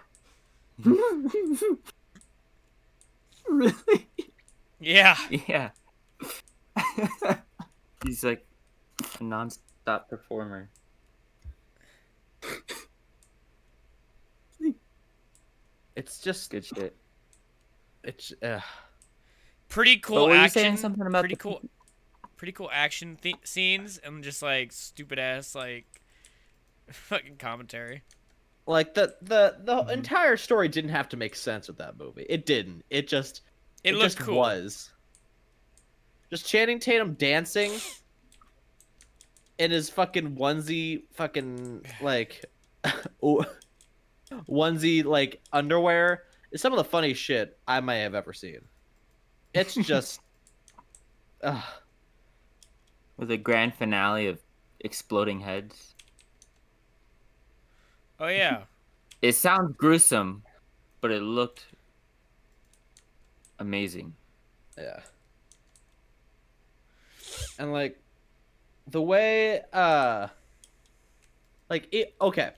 really?
Yeah.
Yeah. He's like a non-stop performer.
It's just
Good shit.
it's uh,
Pretty cool
but were you
action.
saying something about
pretty
the-
cool. Pretty cool action th- scenes and just like stupid ass like fucking commentary.
like the the the entire story didn't have to make sense with that movie. It didn't. It just
It, looked
just
cool.
was. Just Channing Tatum dancing in his fucking onesie, fucking like o- onesie like underwear is some of the funniest shit I may have ever seen. It's just, Ugh.
With a grand finale of exploding heads.
Oh yeah.
It sounds gruesome, but it looked amazing.
Yeah. And like the way uh like it okay.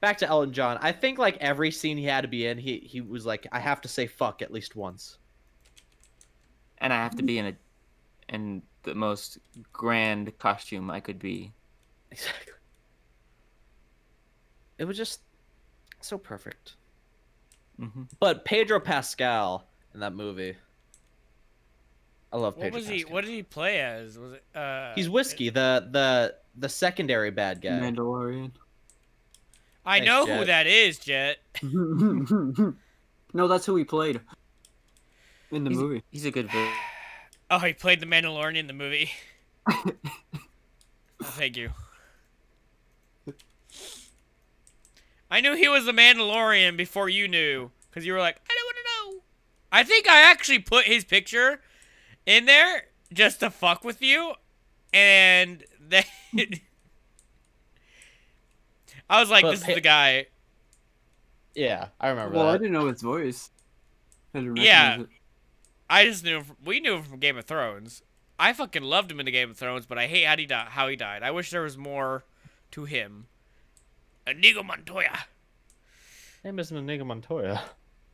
Back to Elton John. I think like every scene he had to be in, he he was like, I have to say fuck at least once.
and I have to be in a in the most grand costume I could be.
Exactly. It was just so perfect. Mm-hmm.
hmm
But Pedro Pascal in that movie. I love
What
Pedro
was
Pascal.
he? What did he play as? Was it? Uh,
He's whiskey, the the the secondary bad guy.
Mandalorian.
I
Thanks,
know who
Jet.
that is, Jet.
no, that's who he played in the
He's-
movie.
He's a good villain.
Oh, he played the Mandalorian in the movie. Oh, thank you. I knew he was the Mandalorian before you knew, because you were like, I don't want to know. I think I actually put his picture in there just to fuck with you, and then I was like,
But
this is
pa-
the guy.
Yeah, I remember
Well, I
that.
didn't know his voice. I didn't
Yeah.
recognize it.
I just knew him from, we knew him from Game of Thrones. I fucking loved him in the Game of Thrones, but I hate how he died. How he died. I wish there was more to him. Inigo Montoya.
Name is Nigga Montoya.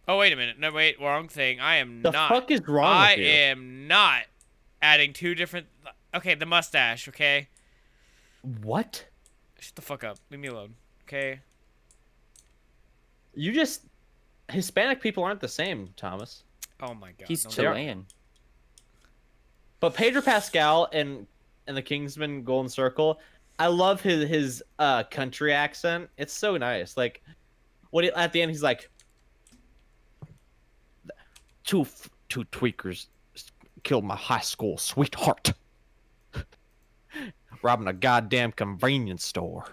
Oh wait a minute. No wait, wrong thing. I am
The
not.
fuck is wrong
I
with you?
am not adding two different. Okay, the mustache. Okay,
What?
shut the fuck up. Leave me alone. Okay.
You just Hispanic people aren't the same, Thomas.
Oh my god.
He's
don't-
chill.
Chilean.
But Pedro Pascal and and the Kingsman Golden Circle, I love his his uh country accent. It's so nice. Like, what he, at the end he's like, two f- two tweakers s- killed my high school sweetheart, robbing a goddamn convenience store.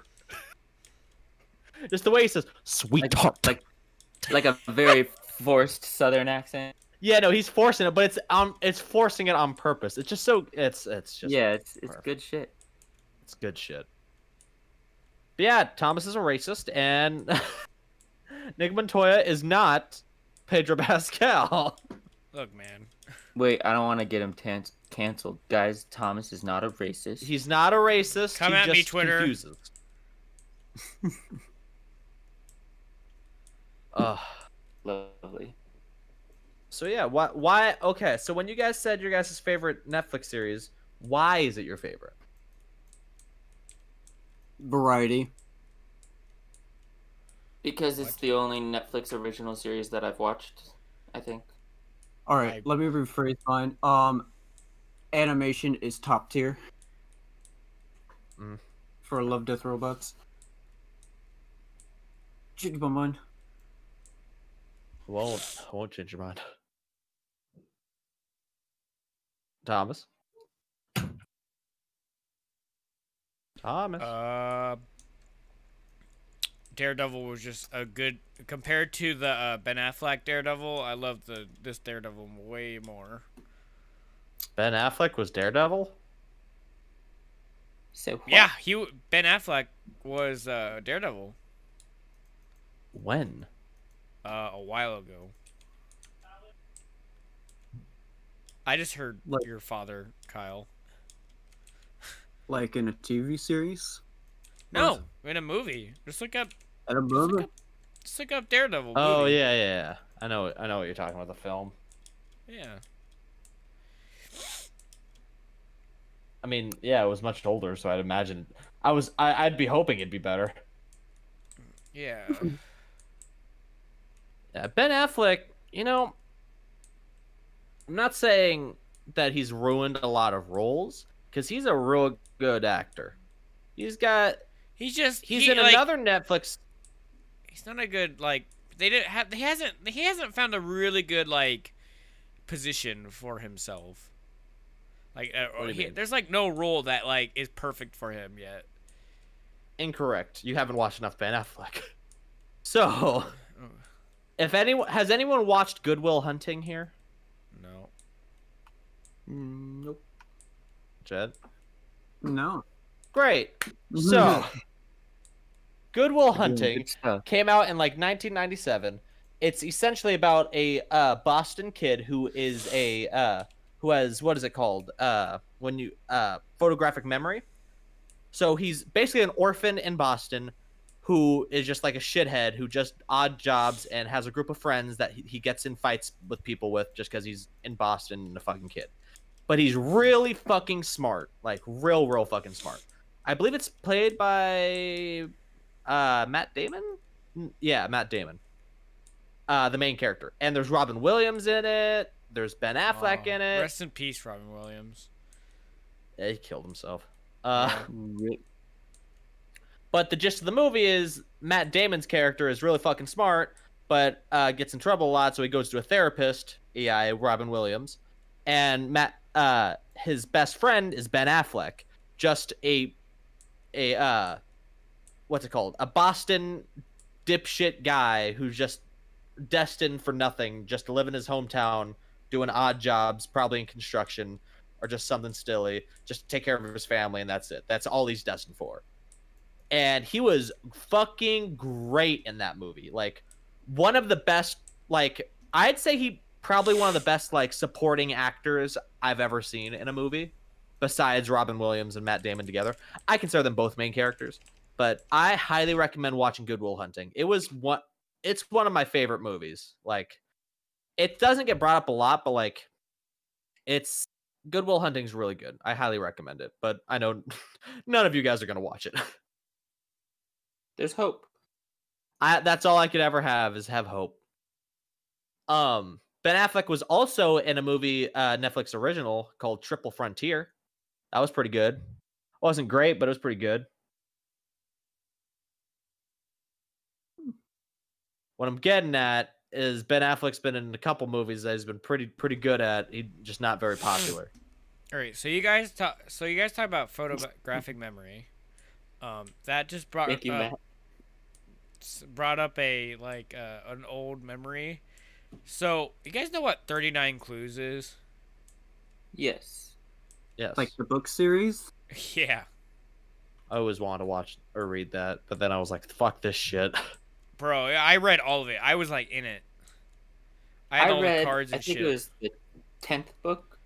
Just the way he says sweetheart.
like- like a very forced Southern accent.
yeah, no, he's forcing it, but it's um, it's forcing it on purpose. It's just so it's it's just
yeah, it's it's
perfect.
good shit.
It's good shit. But yeah, Thomas is a racist, and Nick Montoya is not Pedro Pascal.
Look, man.
Wait, I don't want to get him tan- canceled, guys. Thomas is not a racist.
He's not a racist.
Come
he
at me,
just
Twitter.
Confuses. Ugh.
lovely.
so yeah, why? Why? Okay, so when you guys said your guys' favorite Netflix series, why is it your favorite?
Variety.
Because it's the only Netflix original series that I've watched. I think.
All right,
I-
let me rephrase mine. Um, animation is top tier.
Mm.
For Love, Death, Robots. Change my mind.
Won't I won't change your mind, Thomas. Thomas.
Uh, Daredevil was just a good compared to the uh, Ben Affleck Daredevil. I love the this Daredevil way more.
Ben Affleck was Daredevil.
So
Yeah, he w- Ben Affleck was uh, Daredevil
When?
uh, a while ago. I just heard
Like-
your father, Kyle.
Like in a TV series?
No, in a movie. Just look up,
At a
look
moment?
up, just look up Daredevil.
Oh
movie.
yeah, yeah, yeah. I know, I know what you're talking about. The film.
yeah.
I mean, yeah, it was much older, so I'd imagine. I was, I, I'd be hoping it'd be better.
Yeah.
Yeah, ben Affleck, you know, I'm not saying that he's ruined a lot of roles because he's a real good actor. He's got,
He's just
he's
he,
in
like,
another Netflix.
he's not a good like they didn't have he hasn't he hasn't found a really good like position for himself like uh,
What do you
he-
mean?
there's like no role that like is perfect for him yet
Incorrect. You haven't watched enough Ben Affleck. So, if anyone has anyone watched Goodwill Hunting here,
no
Nope.
Jed?
No.
Great. So, Goodwill Hunting
Good stuff.
came out in like 1997. It's essentially about a uh, Boston kid who is a uh, who has what is it called uh, when you uh, photographic memory. So he's basically an orphan in Boston who is just like a shithead who just odd jobs and has a group of friends that he, he gets in fights with people with just because he's in Boston and a fucking kid. But he's really fucking smart, like real, real fucking smart. I believe it's played by uh, Matt Damon. N- Yeah, Matt Damon, uh, the main character. And there's Robin Williams in it. There's Ben Affleck
Aw,
in it.
Oh, rest in peace robin williams
Yeah, he killed himself. Uh,
Ri-
But the gist of the movie is Matt Damon's character is really fucking smart, but uh, gets in trouble a lot, so he goes to a therapist, EI Robin Williams, and Matt uh, his best friend is Ben Affleck, just a a uh, what's it called? A Boston dipshit guy who's just destined for nothing, just to live in his hometown, doing odd jobs, probably in construction or just something silly, just to take care of his family, and that's it. That's all he's destined for and he was fucking great in that movie. Like one of the best like I'd say he probably one of the best like supporting actors I've ever seen in a movie besides Robin Williams and Matt Damon together. I consider them both main characters, but I highly recommend watching Goodwill Hunting. It was one it's one of my favorite movies. Like it doesn't get brought up a lot, but like it's Goodwill Hunting's really good. I highly recommend it, but I know none of you guys are going to watch it.
There's hope.
I that's all I could ever have is have hope. Um, Ben Affleck was also in a movie, uh, Netflix original called Triple Frontier. That was pretty good. Wasn't great, but it was pretty good. What I'm getting at is Ben Affleck's been in a couple movies that he's been pretty pretty good at. He's just not very popular.
All right, so you guys talk. So you guys talk about photographic memory. Um, that just brought
Thank you,
uh,
up,
Matt.
s- brought up a like uh, an old memory. So you guys know what Thirty Nine Clues is?
Yes.
Yes,
Like the book series?
yeah,
I always wanted to watch or read that, but then I was like, "Fuck this shit."
bro. I read all of it. I was like in it. I had all the cards and
I think
shit.
it was the tenth book,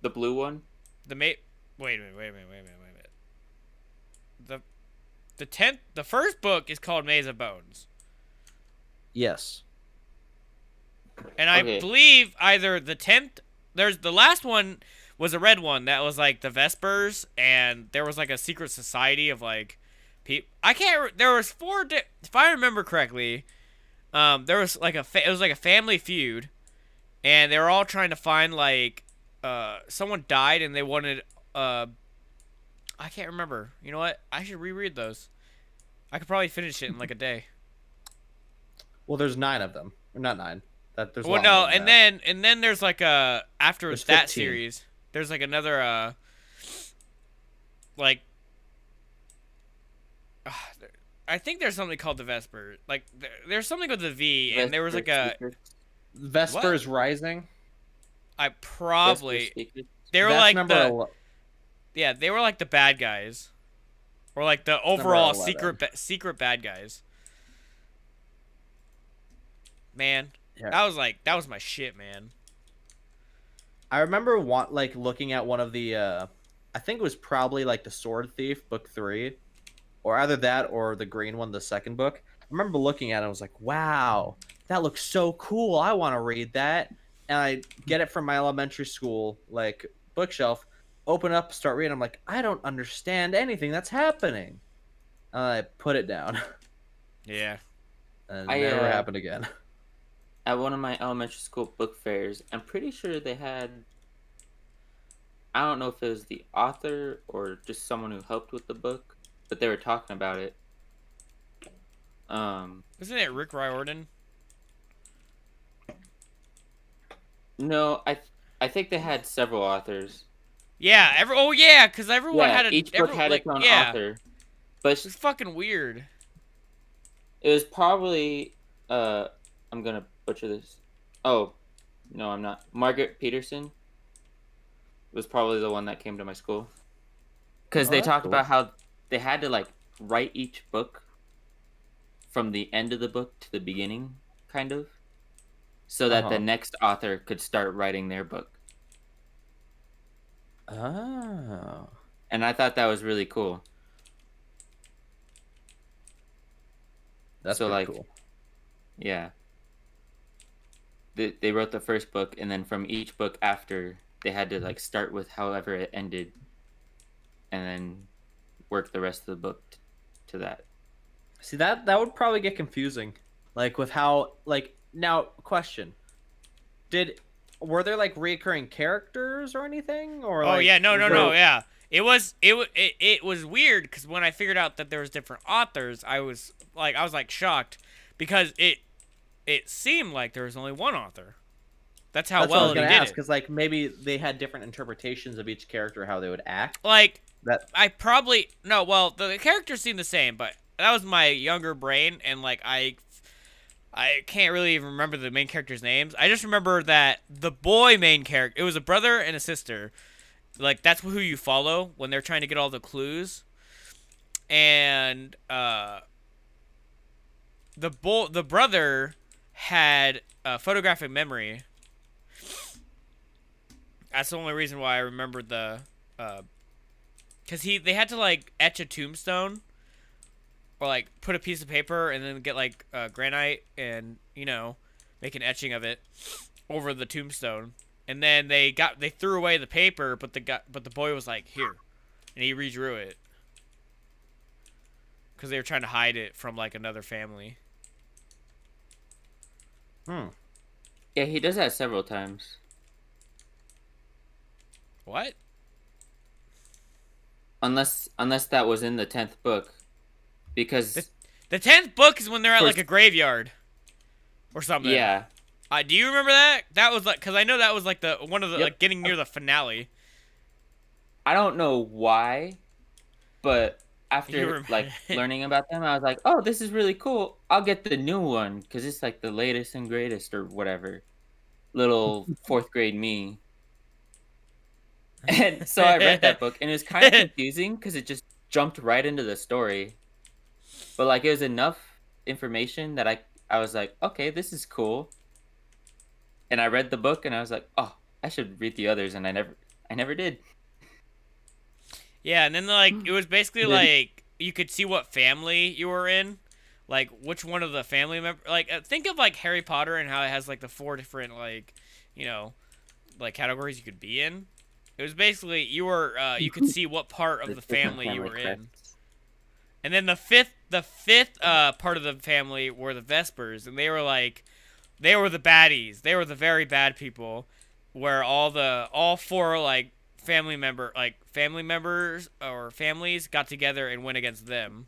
the blue one.
The mate. Wait a minute. Wait a minute. Wait a minute. Wait a minute. The the tenth. The first book is called Maze of Bones,
yes,
and I
Okay.
believe either the tenth. There's the last one was a red one that was like the Vespers, and there was like a secret society of like, people. I can't. re- There was four. Di- if I remember correctly, um, there was like a fa- it was like a family feud, and they were all trying to find like, uh, someone died and they wanted uh, I can't remember. You know what? I should reread those. I could probably finish it in like a day.
well, there's nine of them, or not nine. That there's a
well,
lot more
no,
than
and
that.
then and then there's like a after
There's
that
15.
series, there's like another uh, like, Ah, there- I think there's something called the Vesper. Like there, there's something with the V, and there was like a
Vesper
Vespers Rising.
I
Secret-
probably
Vesper Secret.
they were
That's
like
number
the
11.
yeah they were like the bad guys, or like the
number
overall
11.
secret ba- secret bad guys. Man,
Yeah.
That was like that was my shit, man.
I remember want like looking at one of the uh I think it was probably like the Sword Thief book 3 or either that or the green one the second book. I remember looking at it I was like, "Wow, that looks so cool. I want to read that." And I get it from my elementary school like bookshelf, open up, start reading. I'm like, "I don't understand anything that's happening." And I put it down
Yeah.
and it
I,
never
uh,
happened again.
At one of my elementary school book fairs, I'm pretty sure they had. I don't know if it was the author or just someone who helped with the book, but they were talking about it. Um,
Isn't it Rick Riordan?
no, I I think they had several authors.
Yeah. Every oh yeah, because everyone
yeah,
had a
each book
every-
had
like,
its own
yeah.
author, but it's
It
just
was fucking weird.
It was probably uh I'm gonna butcher this. Oh no I'm not. Margaret Peterson was probably the one that came to my school. Cause
Oh,
they
that's
talked
cool.
about how they had to like write each book from the end of the book to the beginning, kind of. So that the
Uh-huh.
next author could start writing their book.
Oh.
And I thought that was really cool.
That's
So,
pretty
like,
cool.
Yeah. They, they wrote the first book, and then from each book after, they had to like start with however it ended, and then work the rest of the book t- to that.
See that that would probably get confusing, like with how like now question, did were there like reoccurring characters or anything or
Oh
like,
yeah, no,
was
no,
there-
no, yeah. It was it wa- it, it was weird because when I figured out that there was different authors, I was like I was like shocked because it it seemed like there was only one author. That's how
That's what I
well
was
they
gonna
did
ask
it.
because like maybe they had different interpretations of each character how they would act.
Like
That
I probably no. Well, the, the characters seem the same, but that was my younger brain, and like I, I can't really even remember the main characters' names. I just remember that the boy main character. It was a brother and a sister. Like that's who you follow when they're trying to get all the clues, and uh, the boy, the brother had a photographic memory. That's the only reason why I remembered the uh, Cause he they had to like etch a tombstone, or like put a piece of paper and then get like uh, granite and you know make an etching of it over the tombstone, and then they got they threw away the paper, but the guy but the boy was like here, and he redrew it. Cause they were trying to hide it from like another family.
hmm.
Yeah, he does that several times.
What?
Unless unless that was in the tenth book, because
The tenth book is when they're at like
First-
a graveyard. or something.
Yeah.
Uh, do you remember that? That was like because I know that was like the one of the
Yep.
like getting near the finale.
I don't know why, but
You
after
remember-
like learning about them, I was like, "Oh, this is really cool. I'll get the new one because it's like the latest and greatest or whatever." Little fourth grade me. And so I read that book, and it was kind of confusing because it just jumped right into the story. But like, it was enough information that I I was like, "Okay, this is cool." And I read the book, and I was like, "Oh, I should read the others," and I never I never did.
Yeah, and then like it was basically
Then-
like you could see what family you were in, like which one of the family member. Like uh, think of like Harry Potter and how it has like the four different like, you know, like categories you could be in. It was basically you were uh, you could see what part of the
There's different
family you were in,
crests.
and then the fifth the fifth uh, part of the family were the Vespers, and they were like, they were the baddies. They were the very bad people, where all the all four like family member like family members or families got together and went against them,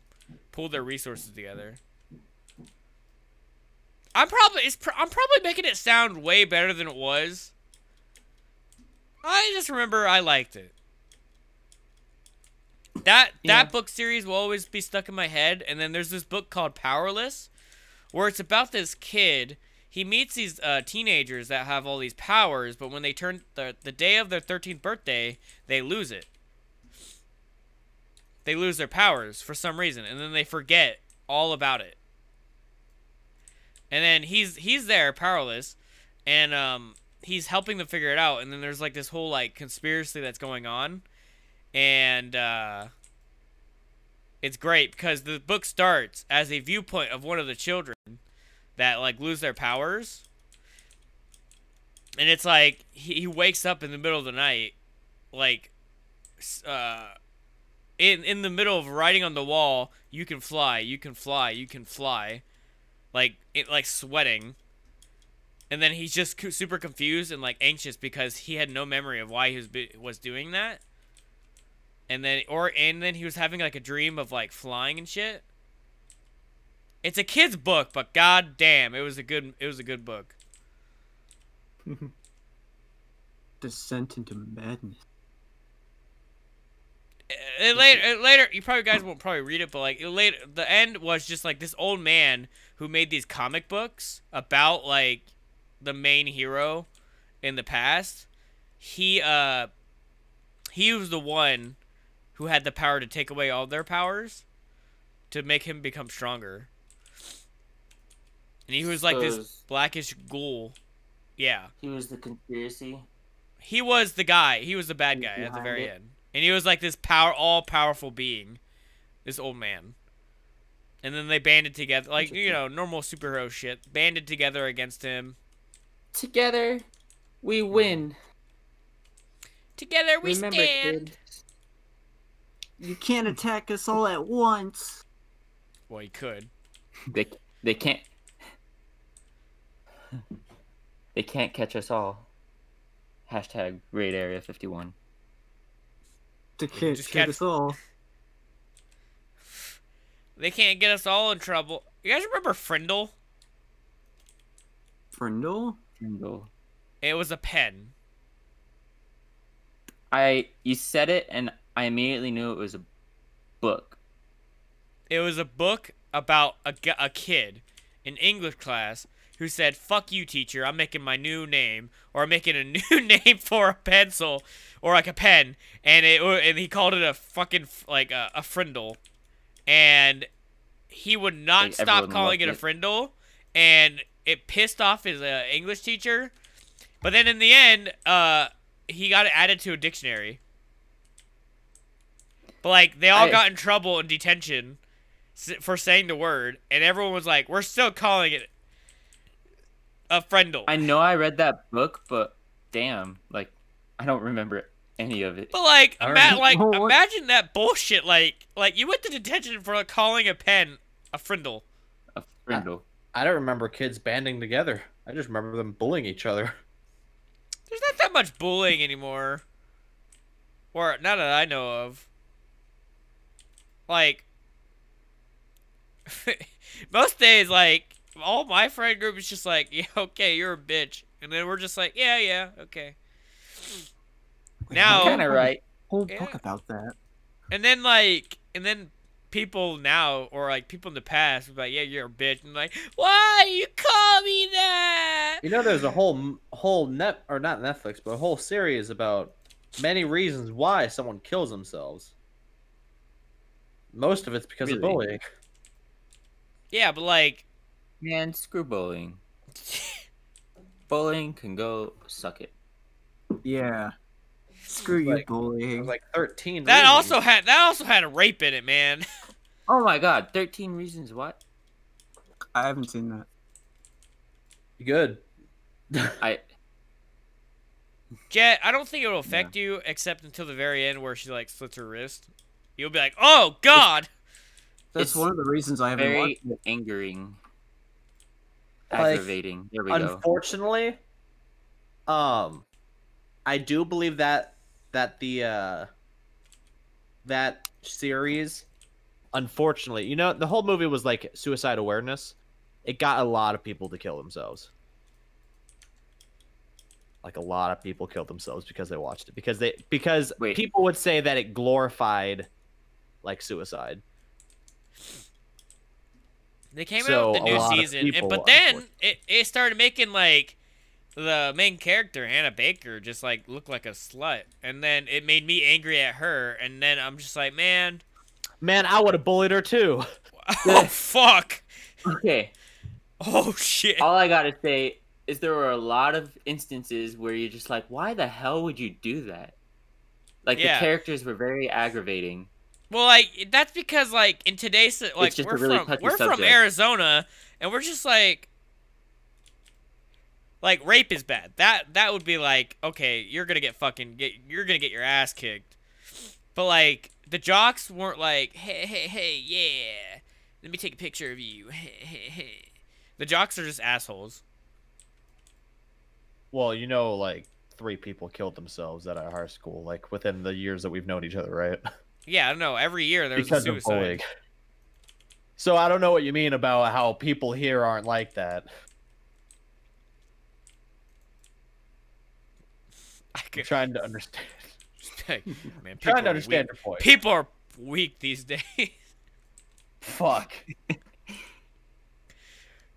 pulled their resources together. I'm probably it's pr- I'm probably making it sound way better than it was. I just remember I liked it. That that
Yeah.
book series will always be stuck in my head and then there's this book called Powerless where it's about this kid he meets these uh, teenagers that have all these powers, but when they turn the the day of their thirteenth birthday, they lose it. They lose their powers for some reason, and then they forget all about it. And then he's he's there powerless, and um he's helping them figure it out. And then there's like this whole like conspiracy that's going on, and uh, it's great because the book starts as a viewpoint of one of the children that like lose their powers. And it's like he, he wakes up in the middle of the night, like, s- uh, in in the middle of writing on the wall, "You can fly, you can fly, you can fly," like it like sweating. And then he's just co- super confused and like anxious because he had no memory of why he was be- was doing that. And then or and then he was having like a dream of like flying and shit. It's a kid's book, but god damn, it was a good it was a good book.
Descent into madness.
Uh, It later it later you probably guys won't probably read it, but like it later the end was just like this old man who made these comic books about like the main hero in the past. He uh he was the one who had the power to take away all their powers to make him become stronger. And he was like
So
this
is-
blackish ghoul. Yeah.
He was the conspiracy.
he was the guy. He was the bad guy at the
Behind
very
it.
end, and he was like this power, all powerful being, this old man. And then they banded together, like you know,
Interesting.
normal superhero shit. Banded together against him.
Together, we win.
Together we
Remember,
stand.
kid.
You can't attack us all at once.
Well, he could.
They they can't. They can't catch us all. Hashtag Raid Area 51.
To catch,
just catch-
us all.
They can't get us all in trouble. You guys remember Frindle?
Frindle?
Single.
It was a pen.
I you said it and I immediately knew it was a book.
It was a book about a, gu- a kid in English class who said, fuck you, teacher, I'm making my new name, or I'm making a new name for a pencil, or like a pen, and it wa- and he called it a fucking, f- like, a, a frindle, and he would not
Like,
stop
everyone
calling it a
loved
frindle, and it pissed off his uh, English teacher, but then in the end, uh, he got it added to a dictionary. But, like, they all
I-
got in trouble in detention s- for saying the word, and everyone was like, "We're still calling it a friendle."
I know I read that book, but damn, like I don't remember any of it.
but like,
I
ima-
remember-
like
Oh, what-
imagine that bullshit. Like, like you went to detention for like, calling a pen a friendle.
A frindle.
I don't remember kids banding together. I just remember them bullying each other.
There's not that much bullying anymore, or not that I know of. Like, most days, like all my friend group is just like, yeah, okay, you're a bitch, and then we're just like, yeah, yeah, okay. Now-
Kind of right.
whole
Yeah.
book about that.
And then like, and then people now or like people in the past was like, yeah, you're a bitch, and like, why you call me that?
You know, there's a whole whole net or not Netflix, but a whole series about many reasons why someone kills themselves. Most of it's because of
Really?
bullying.
Yeah, but like,
Man, screw bullying. bullying can go suck it.
Yeah. Screw you,
Like- It
bullying.
was like 13.
that
reasons.
also had that also had a rape in it, man.
Oh my god, 13 reasons what?
I haven't seen that.
good.
I
Jet, I don't think it'll affect you except until the very end where she like slits her wrist. You'll be like, oh god.
That's
It's
one of the reasons I haven't
very
watched it.
angering.
Like,
Aggravating. There we go.
Unfortunately, um, I do believe that that the uh that series, unfortunately, you know, the whole movie was like suicide awareness. It got a lot of people to kill themselves. Like a lot of people killed themselves because they watched it because they because
Wait.
people would say that it glorified like suicide.
They came
So,
out with
a
the new
lot of
season, and-
people,
but then it, it started making like the main character Hannah Baker just like look like a slut, and then it made me angry at her, and then I'm just like, man,
Man, I would have bullied her too.
oh fuck,
Okay,
oh shit,
all I gotta say is there were a lot of instances where you're just like, why the hell would you do that? Like
Yeah.
the characters were very aggravating.
Well, like that's because like in today's so- like
just a
we're
really
from
touchy
we're from
subject.
Arizona, and we're just like, like rape is bad. That that would be like okay, you're gonna get fucking get you're gonna get your ass kicked. But like the jocks weren't like hey hey hey yeah, let me take a picture of you. Hey, hey, hey. The jocks are just assholes.
Well, you know, like three people killed themselves at our high school, like within the years that we've known each other, right?
Yeah, I don't know. Every year there's a
because of
suicide.
bullying. So I don't know what you mean about how people here aren't like that.
I
I'm
could,
trying to understand.
man, people
trying to
are
understand
Weak.
your point.
People are weak these days.
Fuck.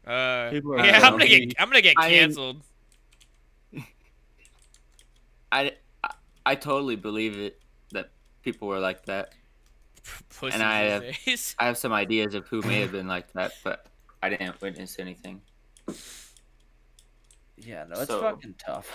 Uh,
People are
yeah, I'm gonna
grumpy.
get I'm gonna get
I-
canceled.
I, I, I totally believe it that people were like that.
Pussies
and I
these days.
I have some ideas of who may have been like that, but I didn't witness anything.
Yeah, no, it's
So-
fucking tough.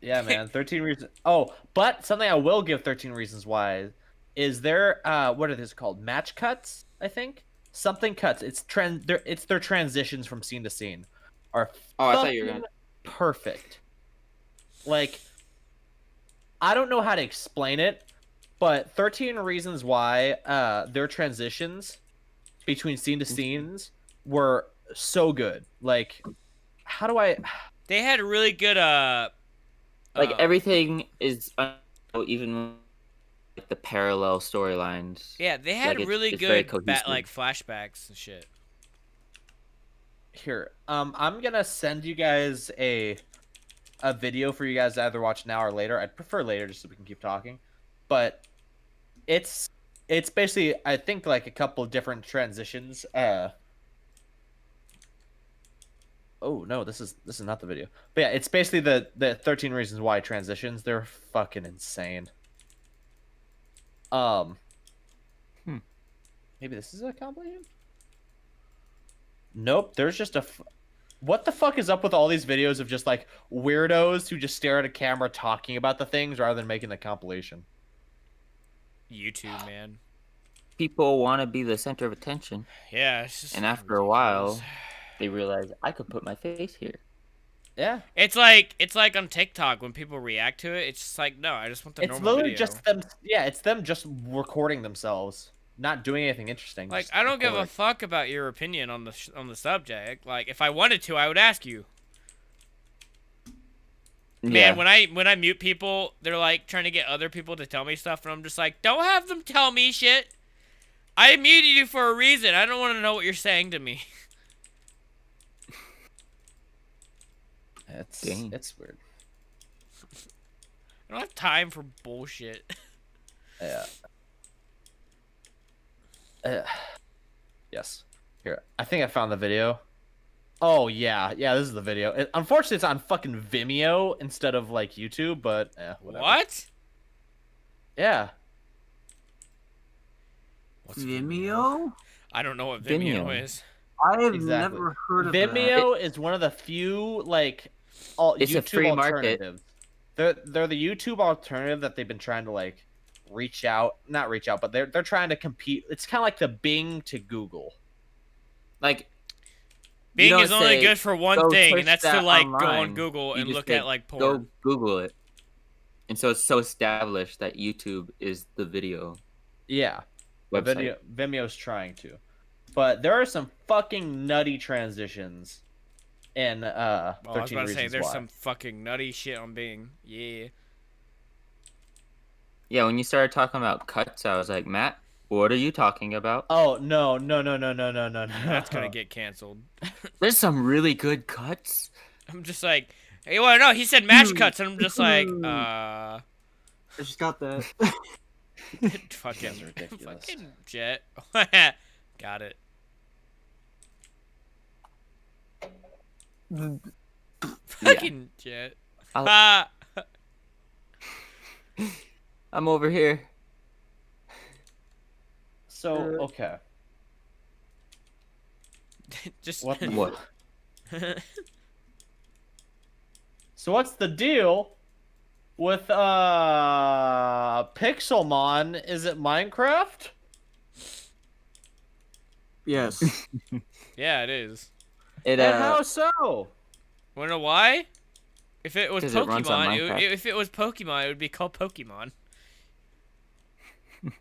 Yeah, man. Thirteen reasons. Oh, but something I will give thirteen reasons why is there. Uh, what are these called? Match cuts, I think. Something cuts. It's trend. It's their transitions from scene to scene are
Oh, I thought you were
fucking
gonna.
perfect. Like, I don't know how to explain it, but 13 Reasons Why uh, their transitions between scene to
Mm-hmm.
scenes were so good. Like, how do I.
They had a really good uh
Like
uh,
everything is un- even like the parallel storylines.
Yeah, they had
like, it's-
really
it's very
good ba-
cohesive.
like flashbacks and shit.
Here, um, I'm gonna send you guys a a video for you guys to either watch now or later. I'd prefer later just so we can keep talking. But it's it's basically I think like a couple of different transitions. Uh oh no, this is this is not the video. But yeah, it's basically the the 13 reasons why transitions. They're fucking insane. Um
Hmm.
Maybe this is a compilation? Nope, there's just a f- what the fuck is up with all these videos of just like weirdos who just stare at a camera talking about the things rather than making the compilation?
YouTube, man.
People want to be the center of attention.
Yeah, it's just
And after a
ridiculous.
while, they realize I could put my face here.
Yeah,
it's like it's like on TikTok when people react to it, it's just like no, I just want the
it's
normal
literally
video.
just them. Yeah, it's them just recording themselves, not doing anything interesting.
like
just
I don't give a
recording.
fuck about your opinion on the sh- on the subject. Like if I wanted to, I would ask you. Man, when I when I mute people, they're like trying to get other people to tell me stuff, and I'm just like, don't have them tell me shit. I muted you for a reason. I don't want to know what you're saying to me.
It's
Dang.
it's weird.
I don't have time for bullshit.
Yeah. Uh, yes. Here, I think I found the video. Oh yeah, yeah. This is the video. It, unfortunately, it's on fucking Vimeo instead of like YouTube, but eh, whatever.
What?
Yeah.
What's
Vimeo?
I don't know what Vimeo,
Vimeo.
is.
I have
Exactly.
never heard of that.
Vimeo is one of the few like all
It's a
YouTube
free market.
alternatives. They're they're the YouTube alternative that they've been trying to like reach out, not reach out, but they're they're trying to compete. It's kind of like the Bing to Google.
Like
Bing
don't
is only
say,
good for one
"Go
thing,
search
and that's to
that
like go on
online."
Google
You
and
just
look
say,
at like
go
porn.
Google it. And so it's so established that YouTube is the video
Yeah.
website.
Vimeo, Vimeo's trying to, but there are some fucking nutty transitions in uh.
Oh, I was
13
about to say
Reasons
there's
Why.
some fucking nutty shit on Bing. Yeah.
Yeah, when you started talking about cuts, I was like, Matt, what are you talking about?
Oh no no no no no no no no.
That's gonna get canceled.
There's some really good cuts.
I'm just like, hey, well, no, he said match
Hmm.
cuts, and I'm just like,
Hmm.
uh,
I just got that.
fucking,
guys are ridiculous.
fucking jet. Got it.
Yeah,
Fucking jet.
I'll-
Ah,
I'm over here.
So
Uh,
okay.
just
What? the-
What?
So what's the deal with uh Pixelmon? Is it Minecraft?
yes.
yeah, it is.
And
It uh,
how so?
Wanna know why? If it was
'Cause it runs on
Pokemon, it would-
Minecraft.
if it was Pokemon, it would be called Pokemon.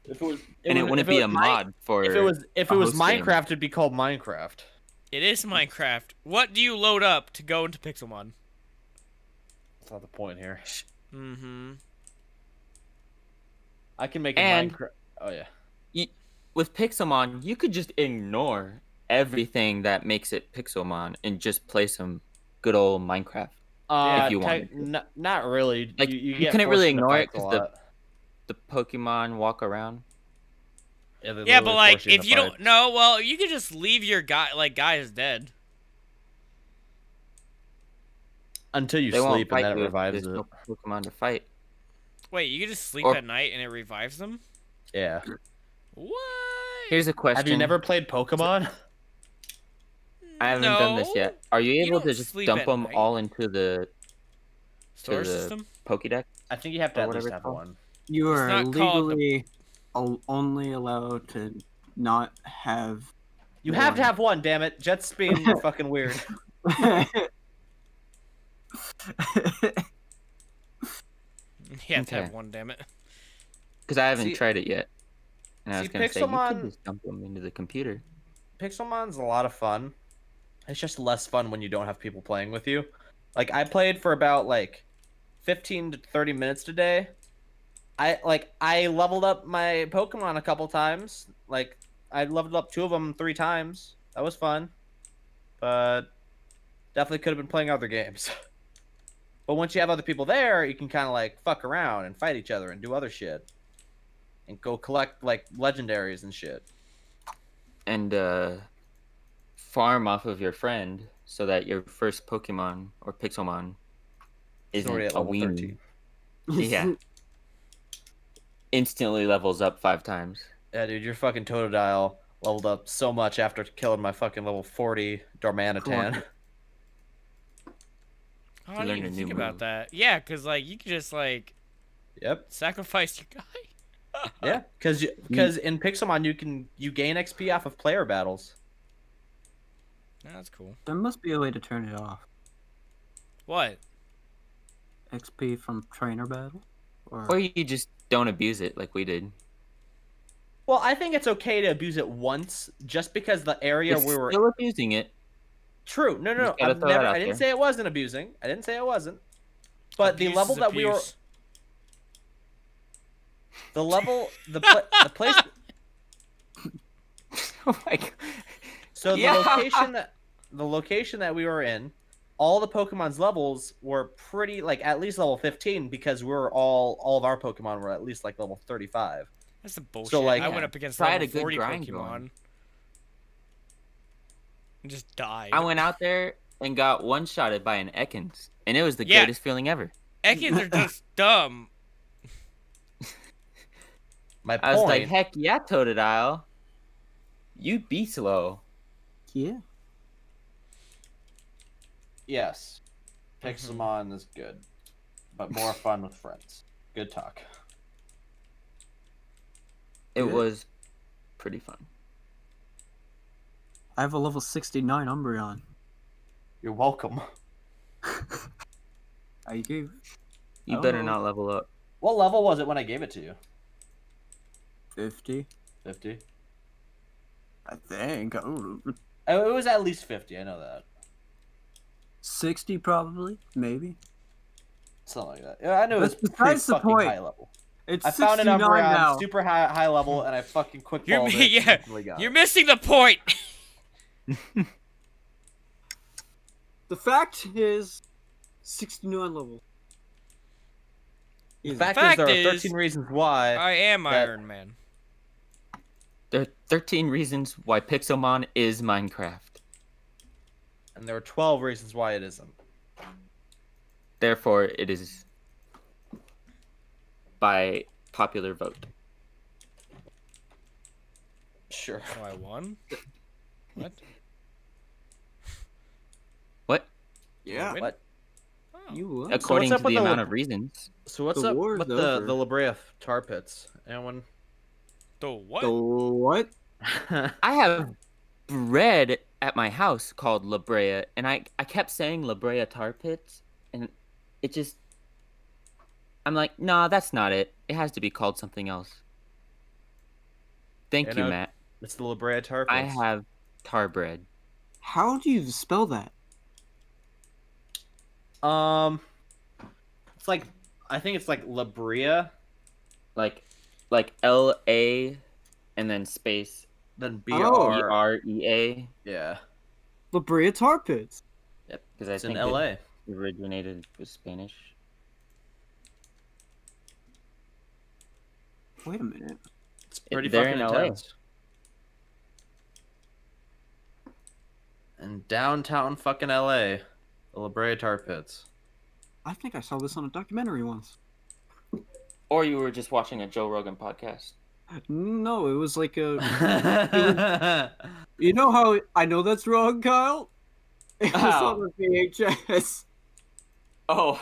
If it was,
and it
was- if
wouldn't be a
was Mi-
mod for
If it was, if it
a
was
host game.
Minecraft, it'd be called Minecraft.
It is Minecraft. What do you load up to go into Pixelmon?
That's not the point here.
Mm-hmm.
I can make a
And-
Minecraft. Oh yeah.
with Pixelmon, you could just ignore everything that makes it Pixelmon and just play some good old Minecraft.
Uh,
you
tec-
wanted to.
n- not really.
Like,
you, you,
you
get
couldn't really
forced into
ignore it
fights a
'cause the-
lot.
The Pokemon walk around.
Yeah, they
Yeah, but
literally
like,
force into
if you don't
fights.
know, well, you could just leave your guy. Like, guy is dead.
until you
they won't
sleep and
fight
then it
you if
revives
there's
it.
no Pokemon to fight.
Wait, you could just sleep
Or-
at night and it revives them.
Yeah.
What?
Here's a question.
Have you never played Pokemon?
I haven't done this
No.
yet. Are you
You
able
don't
to just
sleep
dump
at
them
night.
all into the
Store
the-
system.
Pokédex?
I think you have to
Or
at
whatever
least
it's
have
called.
one.
You
It's
are
not called the-
legally al- only allowed to not have.
You have to
One.
have one. Damn it, Jet's being fucking weird.
You have to have
Okay.
one. Damn it.
Because I haven't
See-
tried it yet. And I
see,
was gonna say you
Pixelmon-
could just dump them into the computer.
Pixelmon's a lot of fun. It's just less fun when you don't have people playing with you. Like I played for about like 15 to 30 minutes today. I like I leveled up my Pokemon a couple times. Like I leveled up two of them three times. That was fun. But definitely could have been playing other games. but once you have other people there, you can kind of like fuck around and fight each other and do other shit. And go collect like legendaries and shit.
and uh, farm off of your friend so that your first Pokemon or Pixelmon
It's
isn't
already at
a
level
weenie.
13.
Yeah. Instantly levels up five times.
Yeah, dude, your fucking Totodile leveled up so much after killing my fucking level 40 Darmanitan.
Oh, I didn't
learn
even
a
think
new
about
move.
that. Yeah, cause like you could just like
yep.
sacrifice your guy.
Yeah, cuz cuz in Pixelmon you can you gain XP off of player battles.
That's cool.
There must be a way to turn it off.
What?
XP from trainer battle? Or,
Or you just don't abuse it like we did.
Well, I think it's okay to abuse it once just because the area
You're
we were
still abusing it.
True. No, no,
Just
no.
gotta
I've
throw that
never,
out
I didn't say
there.
it wasn't abusing. I didn't say it wasn't. But the
Abuse
level
is
that we were
abuse.
the level the pla- the place
like,
So the
Yeah.
location that the location that we were in, all the Pokemon's levels were pretty like at least level fifteen because we were all all of our Pokemon were at least like level thirty five.
That's the bullshit.
like,
I went up against
try
level
to good
forty
grind
Pokemon.
going.
And just died.
I went out there and got one shotted by an Ekans, and it was the
Yeah.
greatest feeling ever.
Ekans are just dumb.
My
I was
point.
like, heck yeah, Totodile. You be slow.
Yeah.
yes, Mm-hmm.
Mhm.
Pixelmon is good, but more fun with friends. Good talk.
It
Yeah.
was pretty fun.
I have a level 69 Umbreon.
You're welcome.
I gave
You
Oh.
better not level up.
What level was it when I gave it to you?
50.
Fifty.
I think. I don't know.
Oh, it was at least fifty. I know that.
60 probably, maybe.
Something like that. Yeah, I knew it was
That's
pretty
besides the
fucking
point.
high level.
It's
I found an
69
Umbreon
now.
super high high level, and I fucking quick
You're-
balled it.
yeah,
and we got
You're
it.
missing the point.
The fact is 69 level.
The
Easy.
fact,
Fact
is, there
is-
are 13 reasons why.
I am
That-
Iron Man.
There are 13 reasons why Pixelmon is Minecraft.
and there are 12 reasons why it isn't.
Therefore, it is by popular vote.
Sure.
So I won. What?
What?
yeah.
Win?
What?
Oh.
You would.
According
up
to the
with the-
amount of reasons.
So what's
The
up
war's
with the,
over.
the La Brea tar pits? Anyone?
The what?
The what?
I have bread at my house called La Brea, and I, I kept saying La Brea Tar Pits, and it just. I'm like, nah, that's not it. It has to be called something else. Thank
And
you,
I-
Matt.
it's the La Brea tar pits.
I have tar bread.
How do you spell that?
Um, it's like I think it's like La Brea,
Like, like L A, and then space
then B
E
R.
R E A.
Yeah,
La Brea Tar Pits.
Yep, because I
it's in
think
L
it
A.
originated with Spanish.
Wait a minute.
It's pretty
they're
fucking
in LA.
intense. In downtown fucking L A, the La Brea tar pits.
I think I saw this on a documentary once.
Or you were just watching a Joe Rogan podcast.
No, it was like a. You know how I know that's wrong, Kyle? It was
How?
on the
Oh,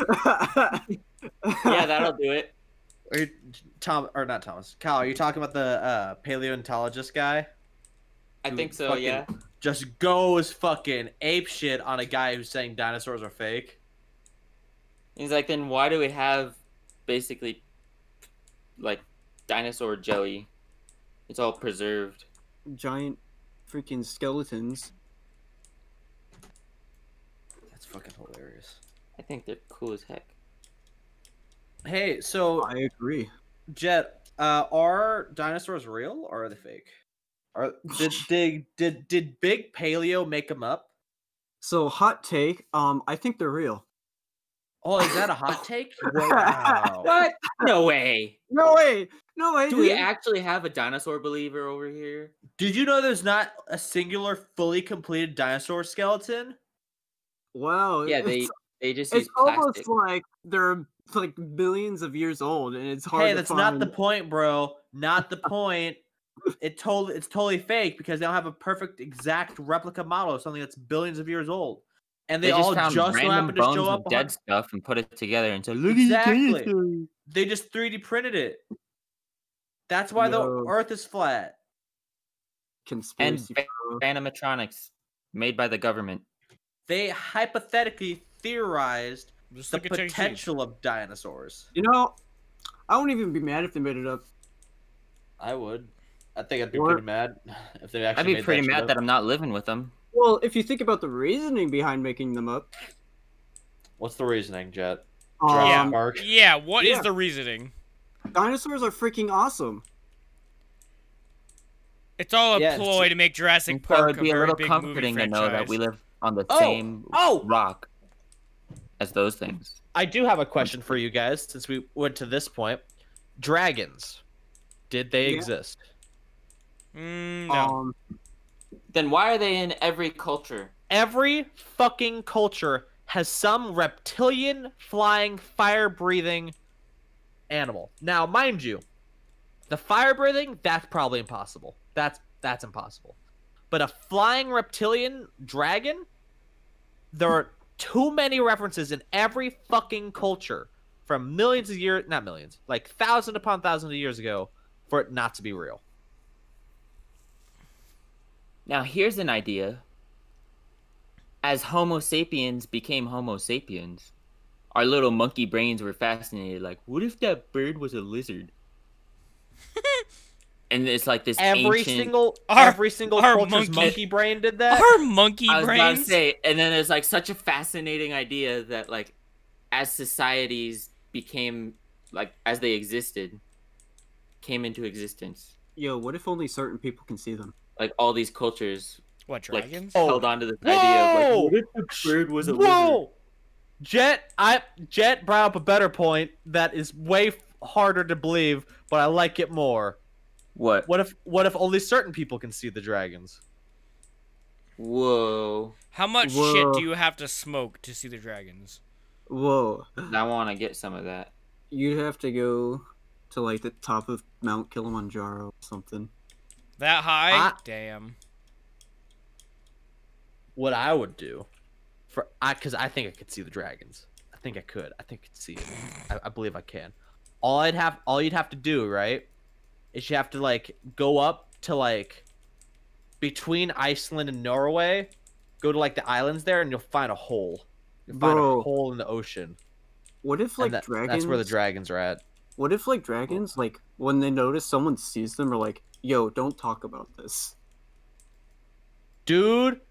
VHS.
yeah, that'll do it.
Are you Tom or not Thomas? Kyle, are you talking about the uh, paleontologist guy?
I
Dude,
think so.
fucking-
Yeah.
Just goes fucking ape shit on a guy who's saying dinosaurs are fake.
He's like, then why do we have basically like dinosaur jelly? It's all preserved.
Giant freaking skeletons.
That's fucking hilarious.
I think they're cool as heck.
Hey, so
I agree.
Jet, uh, are dinosaurs real or are they fake? Are did did did, did Big Paleo make them up?
So hot take. Um, I think they're real.
Oh, is that a hot take? Wow.
What? No way.
No way. No way.
Do we
dude.
actually have a dinosaur believer over here?
Did you know there's not a singular fully completed dinosaur skeleton?
Wow.
Yeah, they
It's,
they just use
it's almost
plastic.
like they're like billions of years old, and it's hard.
hey,
to
that's
find.
not the point, bro. Not the point. It told it's totally fake because they don't have a perfect exact replica model of something that's billions of years old, and they,
They, just
all
found
just so
random
happen to
bones
show
and
up.
dead
on
stuff and put it together and said, "Look at this
Exactly.
dinosaur."
They just 3D printed it. That's why
Yo.
the Earth is flat.
conspiracy.
ba-
bro.
Animatronics made by the government.
They hypothetically theorized
Just
the
look at Chuck E. Cheese.
potential of dinosaurs.
you know, I won't even be mad if they made it up.
I would. I think I'd
be Or- pretty
mad if they
I'd be pretty mad that I'm not living with them.
Well, if you think about the reasoning behind making them up,
What's the reasoning, Jet?
Yeah.
um,
Mark.
Yeah. What is
Yeah.
the reasoning?
dinosaurs are freaking awesome.
It's all a
Yes.
ploy to make Jurassic
And so
Park
it'd be a
very
little
big
comforting
movie
to know that we
franchise.
live on the
Oh,
same
oh!
rock as those things.
I do have a question for you guys since we went to this point. Dragons, did they
Yeah.
exist?
Mm, no.
Um,
Then why are they in every culture?
Every fucking culture has some reptilian, flying, fire breathing animal. Now, mind you, the fire breathing, that's probably impossible. That's that's impossible. But a flying reptilian dragon, there are too many references in every fucking culture from millions of years not millions, like thousand upon thousands of years ago for it not to be real.
Now here's an idea. As Homo sapiens became Homo sapiens, our little monkey brains were fascinated. Like, what if that bird was a lizard? and it's like this
Every
ancient-
single
Our-
every single
our
culture's monkey.
monkey-
brain did that.
Our monkey
I was about to
brains.
say, and then it's like such a fascinating idea that like, as societies became like as they existed, came into existence,
yo, what if only certain people can see them?
like all these cultures
What
like oh,
dragons?
held onto this idea of
Oh. Whoa!
like, what if the bird was a lizard?
Whoa! Jet, I Jet brought up a better point that is way f- harder to believe, but I like it more.
What?
What if what if only certain people can see the dragons?
Whoa!
How much shit
Whoa.
do you have to smoke to see the dragons?
Whoa,
I want to get some of that.
you'd have to go to like the top of Mount Kilimanjaro or something.
That high?
I-
Damn.
What I would do, for I because I think I could see the dragons. I think I could. I think I could see it. I, I believe I can. All I'd have, all you'd have to do, right, is you have to like go up to like between Iceland and Norway, go to like the islands there, and you'll find a hole. You'll find a
Bro.
hole in the ocean.
What if like
and that-
dragons?
That's where the dragons are at.
What if like dragons, like when they notice someone sees them, are like, "Yo, don't talk about this."
Dude,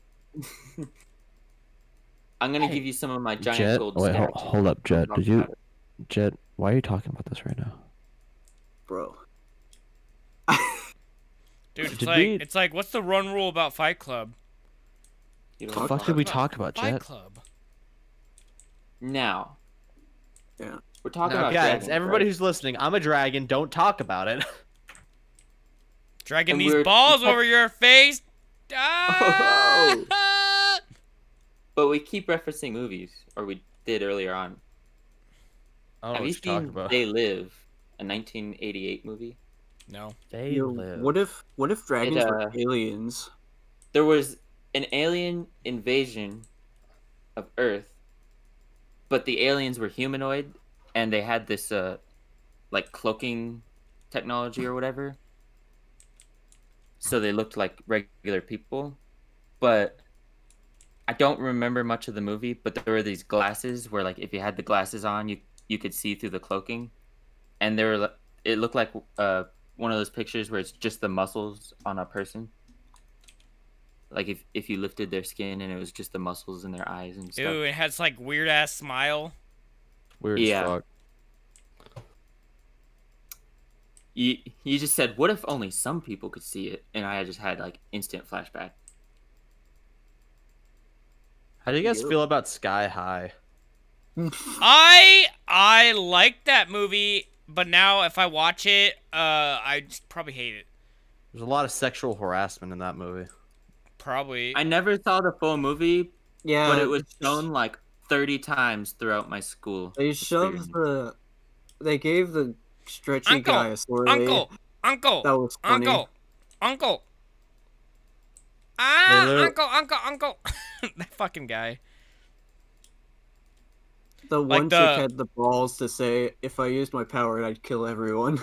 I'm gonna
Hey,
give you some of my giant
Jet, Oh,
gold
wait, hold,
statue.
hold up, Jet.
Talk
Did you,
about it.
Jet? Why are you talking about this right now?
bro.
Dude, it's
Did
like,
we-
it's like, what's the run rule about Fight Club?
You
The
don't
fuck
talk
did we
about
talk about,
Fight
Jet?
Club.
it. Now.
Yeah.
We're talking
now,
about
guys,
dragons,
everybody
right?
who's listening, I'm a dragon. Don't talk about it.
Dragging
And
these
we're-
balls over your face. Ah!
But we keep referencing movies, or we did earlier on.
I don't
Have
know Oh, what
you
you're talking
seen
about.
They Live, a 1988 movie?
No.
They
Yo, what if what if dragons
uh,
were aliens?
There was an alien invasion of Earth, but the aliens were humanoid, and they had this uh, like cloaking technology or whatever. So they looked like regular people, but I don't remember much of the movie. But there were these glasses where, like, if you had the glasses on, you you could see through the cloaking, and they were li- it looked like uh one of those pictures where it's just the muscles on a person. Like if, if you lifted their skin and it was just the muscles in their eyes and stuff.
Ew, it has like weird ass smile.
Weird
Yeah.
as fuck.
you you just said what if only some people could see it and i just had like instant flashback
How do you guys
Yo.
feel about Sky High?
I I like that movie, but now if I watch it, uh, I just probably hate it.
There's a lot of sexual harassment in that movie.
Probably.
i never saw the full movie
Yeah,
but it was shown like 30 times throughout my school
They shoved the. They gave the stretchy
Uncle,
guy a sword.
uncle, uncle,
That was funny.
uncle, uncle. Ah,
They literally-
uncle, uncle, uncle. that fucking guy.
The
Like
one
the-
chick had the balls to say, "If I used my power, I'd kill everyone."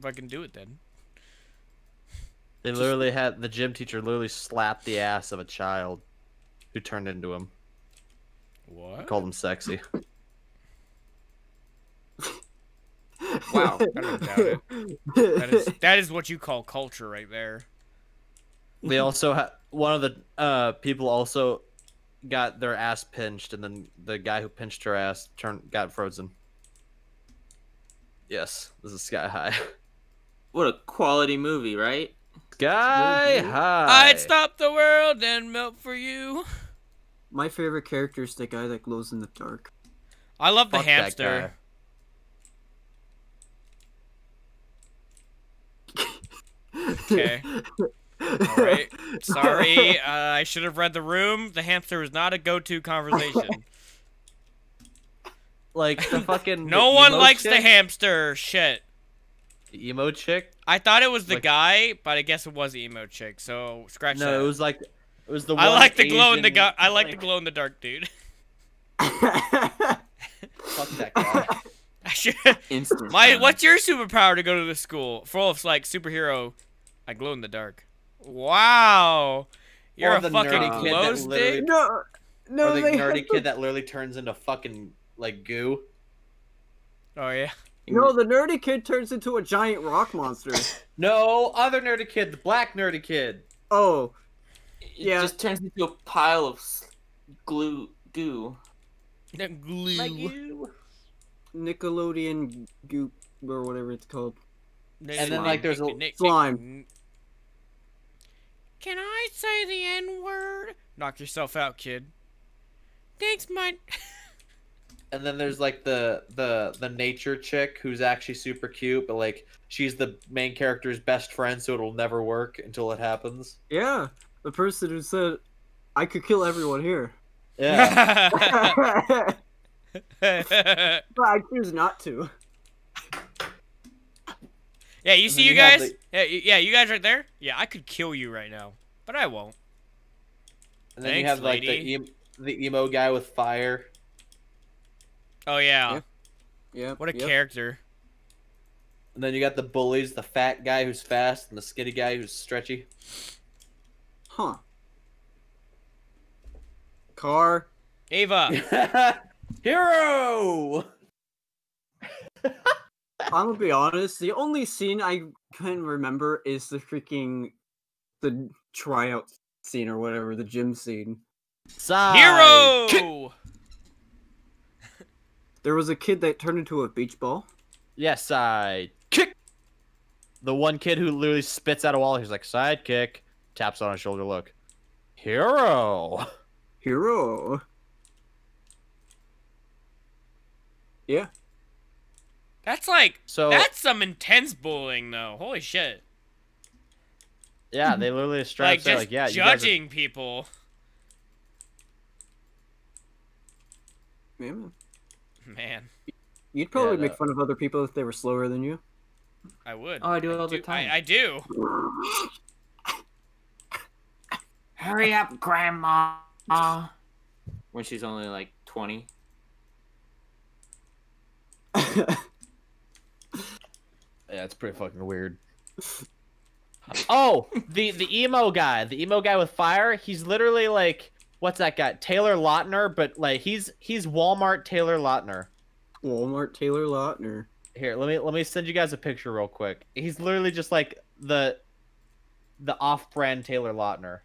fucking do it then.
They literally had the gym teacher literally slapped the ass of a child who turned into him,
What?
called him sexy.
Wow,
I don't doubt it. That is that is what you call culture right there.
they also ha- one of the uh, people also got their ass pinched, and then the guy who pinched her ass turned got frozen. Yes, this is Sky High.
What a quality movie, right?
Sky
Mhm.
High.
I'd stop Ah, the world and melt for you.
My favorite character is the guy that glows in the dark.
I love the
Fuck that guy.
hamster. Okay. Alright. Sorry, uh, I should have read the room. The hamster was not a go-to conversation.
Like the fucking.
no
the
one
emo
likes the
chick-
hamster. Shit.
The emo chick.
I thought it was the
Like-
guy, but I guess it was emo chick. So scratch that.
No, it was like. It was the.
I
one
like the glow in the
Asian-
gu- I like the glow in the dark dude.
Fuck that guy.
I should.
Instant.
My
fun.
what's your superpower to go to the school? Frolf's like superhero. I glow in the dark. Wow. You're
Or
a
the
fucking
nerdy
kid that
glow
literally-
stick.
no, no,
or the
they
nerdy kid that literally turns into fucking like goo.
Oh yeah.
no, the nerdy kid turns into a giant rock monster.
No, other nerdy kid, the black nerdy kid.
Oh,
It
yeah.
just turns into a pile of s- glue goo.
Glue.
you.
Nickelodeon goop or whatever it's called.
And then like there's a
Slime.
Can I say the N word? Knock yourself out, kid. Thanks, my.
and then there's like the the the nature chick who's actually super cute, but like she's the main character's best friend, so it'll never work until it happens.
Yeah, the person who said, "I could kill everyone here,"
Yeah.
but I choose not to.
yeah, you
And
see
then
you
you have
guys?
the-
Yeah, y- yeah, you guys right there? Yeah, I could kill you right now, but I won't.
and then you
Thanks,
have like
lady.
the em- the emo guy with fire.
Oh yeah,
Yeah. Yeah.
what a
yep.
character.
And then you got the bullies, the fat guy who's fast and the skinny guy who's stretchy.
Huh. Car.
Ava,
Hero.
I'm gonna be honest. The only scene I can remember is the freaking the tryout scene or whatever, the gym scene.
hero.
There was a kid that turned into a beach ball.
Yes, side kick. The one kid who literally spits out a wall. He's like sidekick. Taps on his shoulder. Look, hero.
Hero. Yeah.
That's like
So
that's some intense bullying though. Holy shit!
yeah, they literally
Like
straps.
just
are like yeah, You guys
judging people.
yeah man.
Man,
You'd probably make
that-
fun of other people if they were slower than you.
I would.
Oh, I do it all the time.
I, I do.
Hurry up, Grandma. When she's only like 20.
are- yeah, it's pretty fucking weird. oh, the the emo guy, the emo guy with fire. He's literally like what's that guy? Taylor Lautner, but like he's he's Walmart Taylor Lautner.
Walmart Taylor Lautner.
Here, let me let me send you guys a picture real quick. He's literally just like the the off-brand Taylor Lautner.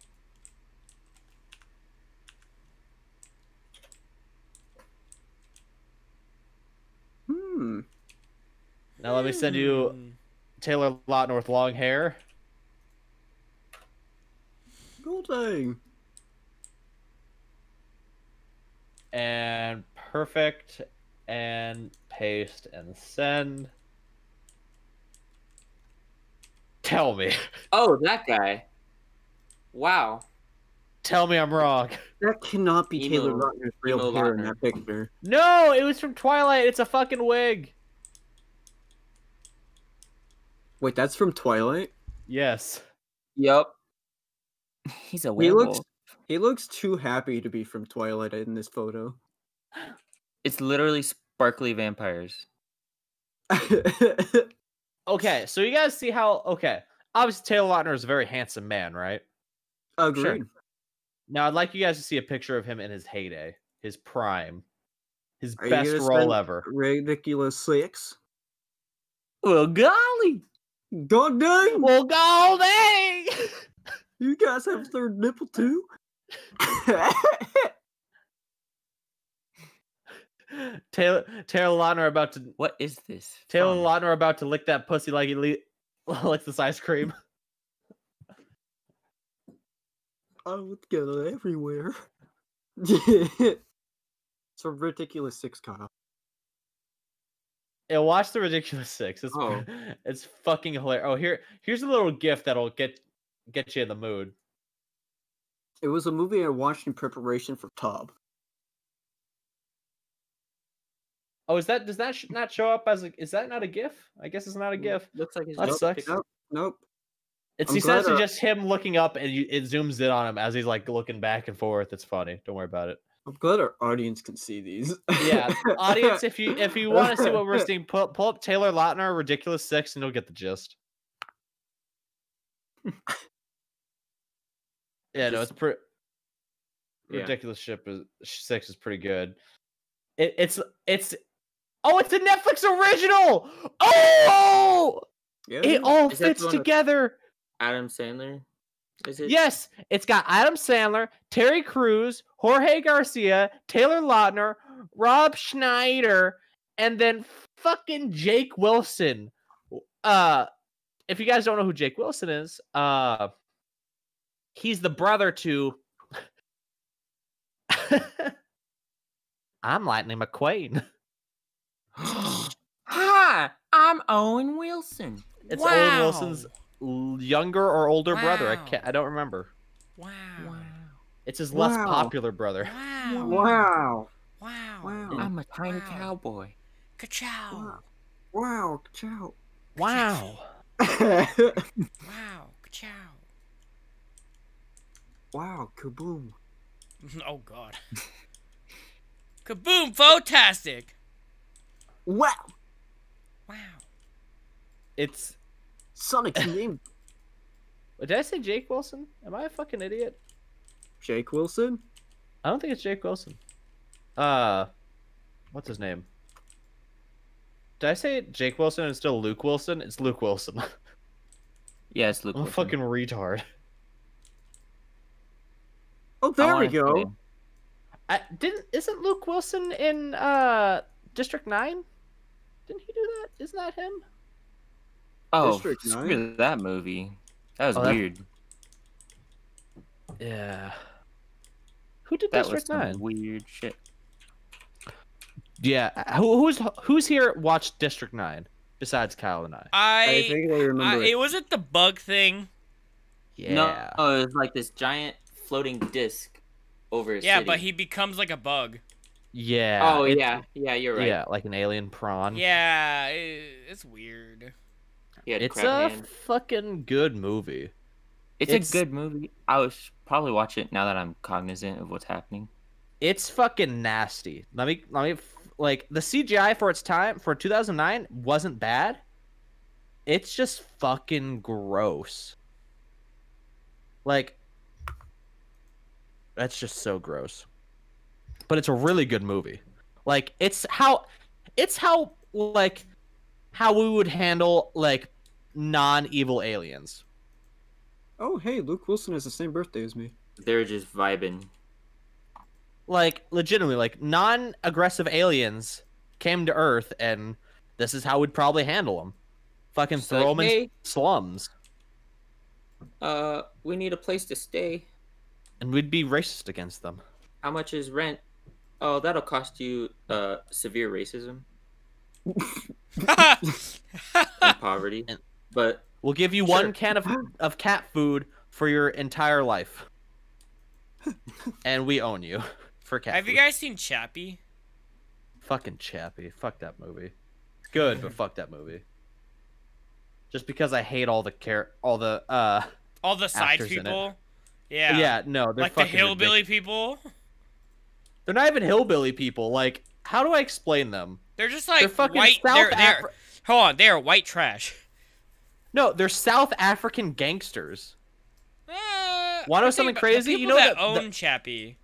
Hmm.
Now Uh, let me send you
Hmm.
Taylor Lautner with long hair.
Cool thing.
and perfect and paste and send. Tell me.
Oh, that guy. Wow.
Tell me I'm wrong.
That cannot be Taylor
Emo-
Lautner's real
Emo
hair in
Lautner.
that picture.
No, it was from Twilight. It's a fucking wig.
Wait, that's from Twilight.
Yes.
Yep. He's a
He
werewolf.
looks he looks too happy to be from Twilight in this photo.
It's literally sparkly vampires.
Okay, so you guys see how okay. Obviously Taylor Lautner is a very handsome man, right?
Agreed.
Now I'd like you guys to see a picture of him in his heyday, his prime, his
Are you
best
gonna
role
spend-
ever.
Ridiculous six.
Well, golly.
God dang!
Well, go dang!
You guys have a third nipple too?
Taylor Taylor Lautner about to
What is this?
Taylor
from?
Lautner about to lick that pussy like he le- licks this ice cream.
I would get it everywhere. it's a ridiculous six, Kyle.
Yeah, watch the ridiculous six. It's
Oh.
it's fucking hilarious. Oh, here here's a little gift that'll get get you in the mood.
It was a movie I watched in preparation for Tob.
Oh, is that does that sh- not show up as a is that not a gif? I guess it's not a gif.
Looks like it's
That
Nope,
sucks.
Nope. nope.
It's
I'm glad
essentially
I-
just him looking up and you, it zooms in on him as he's like looking back and forth. It's funny. Don't worry about it.
I'm glad our audience can see these.
Yeah, Audience, if you if you want to see what we're seeing, pull, up- pull up Taylor Lautner ridiculous six and you'll get the gist. yeah, no, it's pretty.
Yeah.
Ridiculous ship is six is pretty good. It, it's it's oh it's a Netflix original. Oh,
Yeah.
it all
Is that the
fits
one with-
together.
Adam Sandler. Is it?
Yes, it's got Adam Sandler, Terry Crews, Jorge Garcia, Taylor Lautner, Rob Schneider, and then fucking Jake Wilson. W- Uh if you guys don't know who Jake Wilson is, uh he's the brother to I'm Lightning McQueen.
Hi, I'm Owen Wilson.
It's Owen Wilson's l- younger or older brother. I
Wow.
can't I don't remember.
Wow.
It's his less
Wow.
popular brother.
Wow.
Wow.
Wow.
Wow.
I'm a tiny
Wow.
cowboy.
Ka-chow.
Wow. Ciao.
Wow.
wow.
Wow. Ka-chow.
Kaboom.
Oh, God. Kaboom! Fantastic!
Wow.
Wow.
It's
Sonic's name.
Did I say Jake Wilson? Am I a fucking idiot?
Jake Wilson.
I don't think it's Jake Wilson. Uh, what's his name? Did I say Jake Wilson and still Luke Wilson? It's Luke Wilson.
Yeah, it's Luke.
I'm a
Wilson.
fucking retard.
Oh,
I
there we
wanna
go.
say-
I didn't. Isn't Luke Wilson in uh District Nine? Didn't he do that? Isn't that him?
Oh,
District
screw that movie. That was
Oh, that-
weird.
Yeah. Who did
That was
District
some
Nine?
weird shit.
Yeah. uh, Who, who's who's here watched District Nine besides Kyle and I?
I.
I think I remember.
I-
it.
it wasn't the bug thing.
Yeah.
No, oh, it was like this giant floating disc over. A
Yeah,
city.
but he becomes like a bug.
Yeah.
Oh
it-
yeah, yeah, you're right.
Yeah, like an alien prawn.
Yeah, it, it's weird.
He had
It's
crab
a
hand.
fucking good movie.
It's,
it's-
a good movie. I would probably watch it now that I'm cognizant of what's happening.
It's fucking nasty. Let me let me f- like the CGI for its time for 2009 wasn't bad. It's just fucking gross. Like that's just so gross. But it's a really good movie. Like it's how it's how like how we would handle like non-evil aliens.
Oh, hey, Luke Wilson has the same birthday as me.
They're just vibing.
like legitimately like non-aggressive aliens came to earth and this is how we'd probably handle them fucking
Just
throw 'em throw
like,
them in
"Hey."
slums
Uh, we need a place to stay.
and we'd be racist against them
How much is rent? Oh, that'll cost you uh severe racism and poverty.
And-
But
we'll give you
Sure.
one can of, of cat food for your entire life and we own you for cat
Have you
food.
guys seen Chappie?
fucking chappy fuck that movie good but fuck that movie just because i hate all the care all the uh
All the side
Actors in it.
people.
yeah,
Yeah.
no they're
Like the
fucking
hillbilly people.
They're not even hillbilly people. Like, how do I explain them?
They're just like
they're fucking
white.
South
they're, they're,
Afri-
hold on, they are white trash.
No, they're South African gangsters.
Uh,
Wanna know
I think
something
about the
crazy? You
people
know
that,
that-
own Chappie.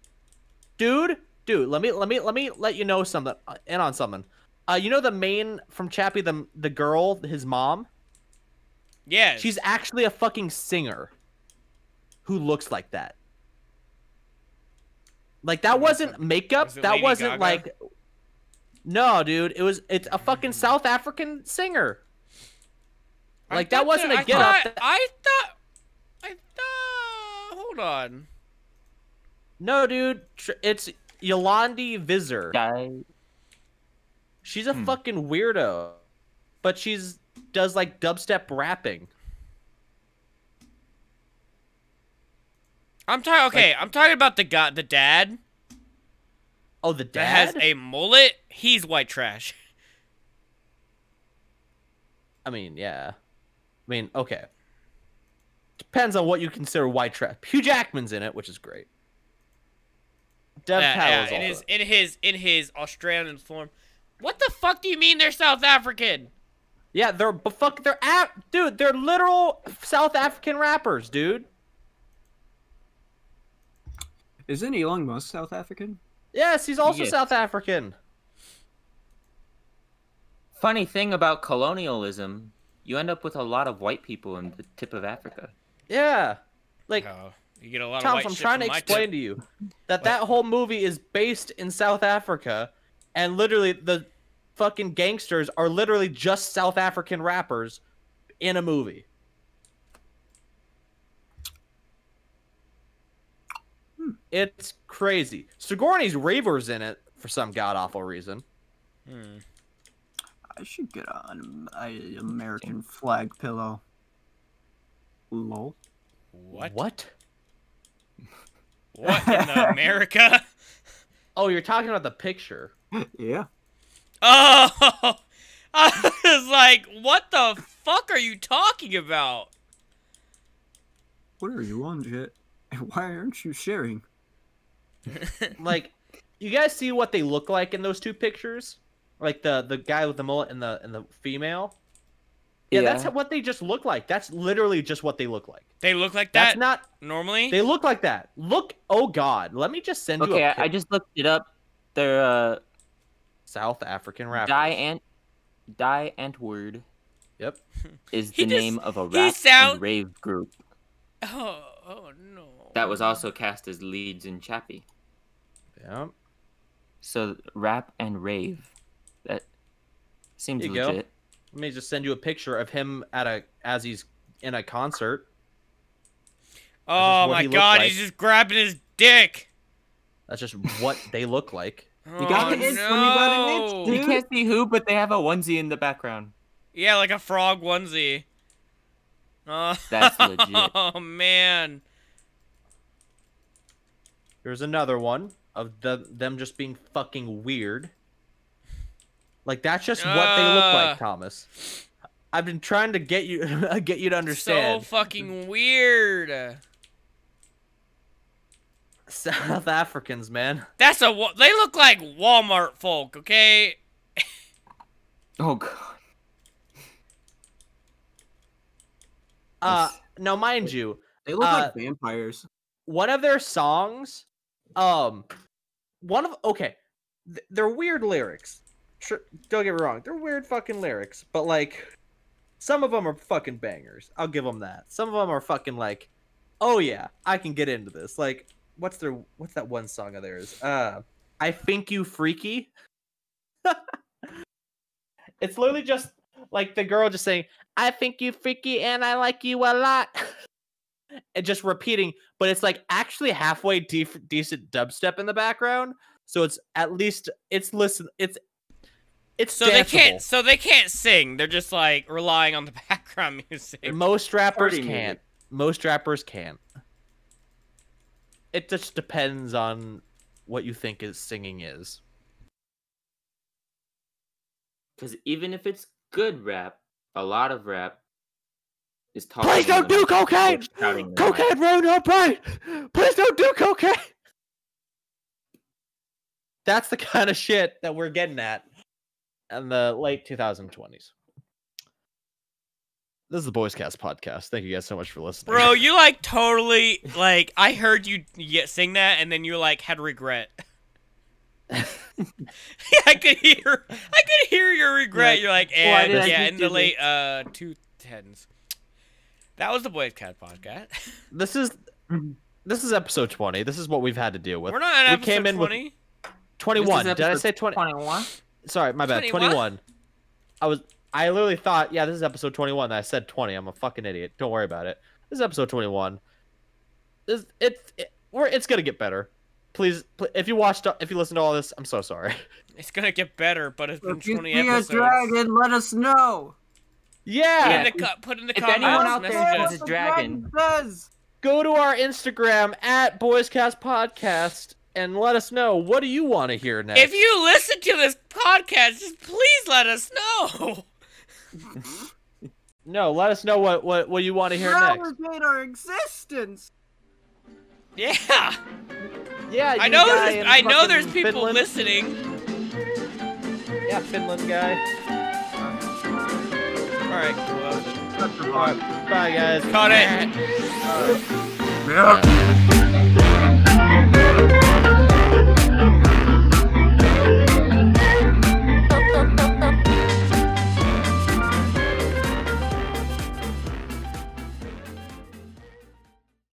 Dude, dude, let me let me let me let you know something uh, in on something. Uh, you know the main from Chappie, the the girl, his mom?
Yeah.
She's actually a fucking singer who looks like that. Like that
Was
wasn't makeup.
was it
that
Lady
wasn't
Gaga?
like No, dude, it was it's a fucking South African singer.
I
Like, that
thought
wasn't a
I
get up.
thought- I thought. I thought. Hold on.
No, dude, tr- it's Yolandi Visser.
Guy.
She's a
Hmm.
fucking weirdo, but she's does like dubstep rapping.
I'm talking. Okay, I'm talking about the guy, the dad,
Oh, the
that
dad.
has a mullet. He's white trash.
I mean, yeah. I mean, okay. Depends on what you consider white trash. Hugh Jackman's in it, which is great. Dev
Yeah,
Patel
yeah,
is
in
also
his in his in his Australian form. What the fuck do you mean they're South African?
Yeah, they're but fuck, they're at dude, they're literal South African rappers, dude.
Isn't Elon Musk South African?
Yes, he's also
Yes.
South African.
Funny thing about colonialism, you end up with a lot of white people in the tip of Africa.
Yeah, like
Oh, you get a lot
Thomas,
of white
I'm
shit
trying to
from my
explain
tip.
to you that that whole movie is based in South Africa, and literally the fucking gangsters are literally just South African rappers in a movie. Hmm, It's crazy. Sigourney's Reaver's in it for some god awful reason.
Hmm.
I should get an a American flag pillow. Lol.
What? What,
What?
in the America?
Oh, you're talking about the picture.
Yeah.
Oh, I was like, what the fuck are you talking about?
What are you on, Jet? And why aren't you sharing?
Like, you guys see what they look like in those two pictures? Like the the guy with the mullet and the and the female. Yeah, that's
Yeah.
what they just look like. That's literally just what they look like.
They look like
That's
that
not.
normally.
They look like that. Look, oh god, let me just send you
Okay,
a
I, I
pic-
just looked it up. They're uh,
South African rapper.
Die Ant, Die Antwoord
Yep.
is
He
the
just-
name of a
he
rap
sound-
and rave group
oh, oh no.
that was also cast as leads in Chappie.
Yep.
So rap and rave, that seems
There you go.
legit.
Let me just send you a picture of him at a as he's in a concert.
Oh
what
my
he looked
god,
like.
he's just grabbing his dick.
That's just what they look like.
You
got
oh,
it, it's
no.
when you got it, it's-
You can't see who, but they have a onesie in the background.
Yeah, like a frog onesie. Oh,
That's legit.
Oh man.
Here's another one of the, them just being fucking weird. Like that's just what they look
Ugh.
like, Thomas. I've been trying to get you get you to understand.
So fucking weird.
South Africans, man.
That's a. wa- They look like Walmart folk. Okay.
Oh god.
Uh
Yes.
now mind you,
They look
Uh,
like vampires.
one of their songs um one of okay, th- they're weird lyrics. Tr- don't get me wrong, they're weird fucking lyrics, but like some of them are fucking bangers. I'll give them that. Some of them are fucking like, "Oh yeah, I can get into this." Like what's their what's that one song of theirs? Uh I think you freaky. it's literally just like the girl just saying, I think you freaky and I like you a lot. and just repeating, but it's like actually halfway def decent dubstep in the background. So it's at least it's listen it's it's
So they can't.
danceable.
So they can't sing. They're just like relying on the background music.
most rappers
Party
can't.
music.
Most rappers can't. It just depends on what you think is singing is.
Because even if it's good rap, a lot of rap is talking.
Please don't do cocaine! Cocaine ruined her brain! Please don't do cocaine! That's the kind of shit that we're getting at in the late 2020s. This is the Boys Cast podcast. Thank you guys so much for listening.
Bro, you like totally like I heard you ye- sing that, and then you like had regret. yeah, I could hear, I could hear your regret.
Like,
You're like,
why
and
did I
yeah,
keep
in the
doing
late uh two tens. That was the Boys Cat podcast.
this is this is episode 20. This is what we've had to deal with.
We're not on
we
episode
came in with
twenty.
21. Did I say 20?
Twenty-one.
sorry, my bad.
21?
21. I was I literally thought, yeah, this is episode 21. I said 20. I'm a fucking idiot. Don't worry about it. This is episode 21. This it, it we're it's going to get better. Please pl- if you watched if you listened to all this, I'm so sorry.
It's gonna get better, but it's been
If you
20
see a
episodes.
dragon, let us know.
Yeah.
Put in the, co- put in the
If
comments.
anyone out there
message
has
us.
a dragon.
does.
Go to our Instagram at Boyscast Podcast and let us know what do you want to hear next.
If you listen to this podcast, just please let us know.
no, let us know what what, what you want to hear next.
Validate our existence.
Yeah,
Yeah,
I
you
know.
guy
There's,
in
I know
fucking
there's people
Finland.
listening.
Yeah, Finland guy.
All right, well,
All right, bye guys.
cut it.
Yeah.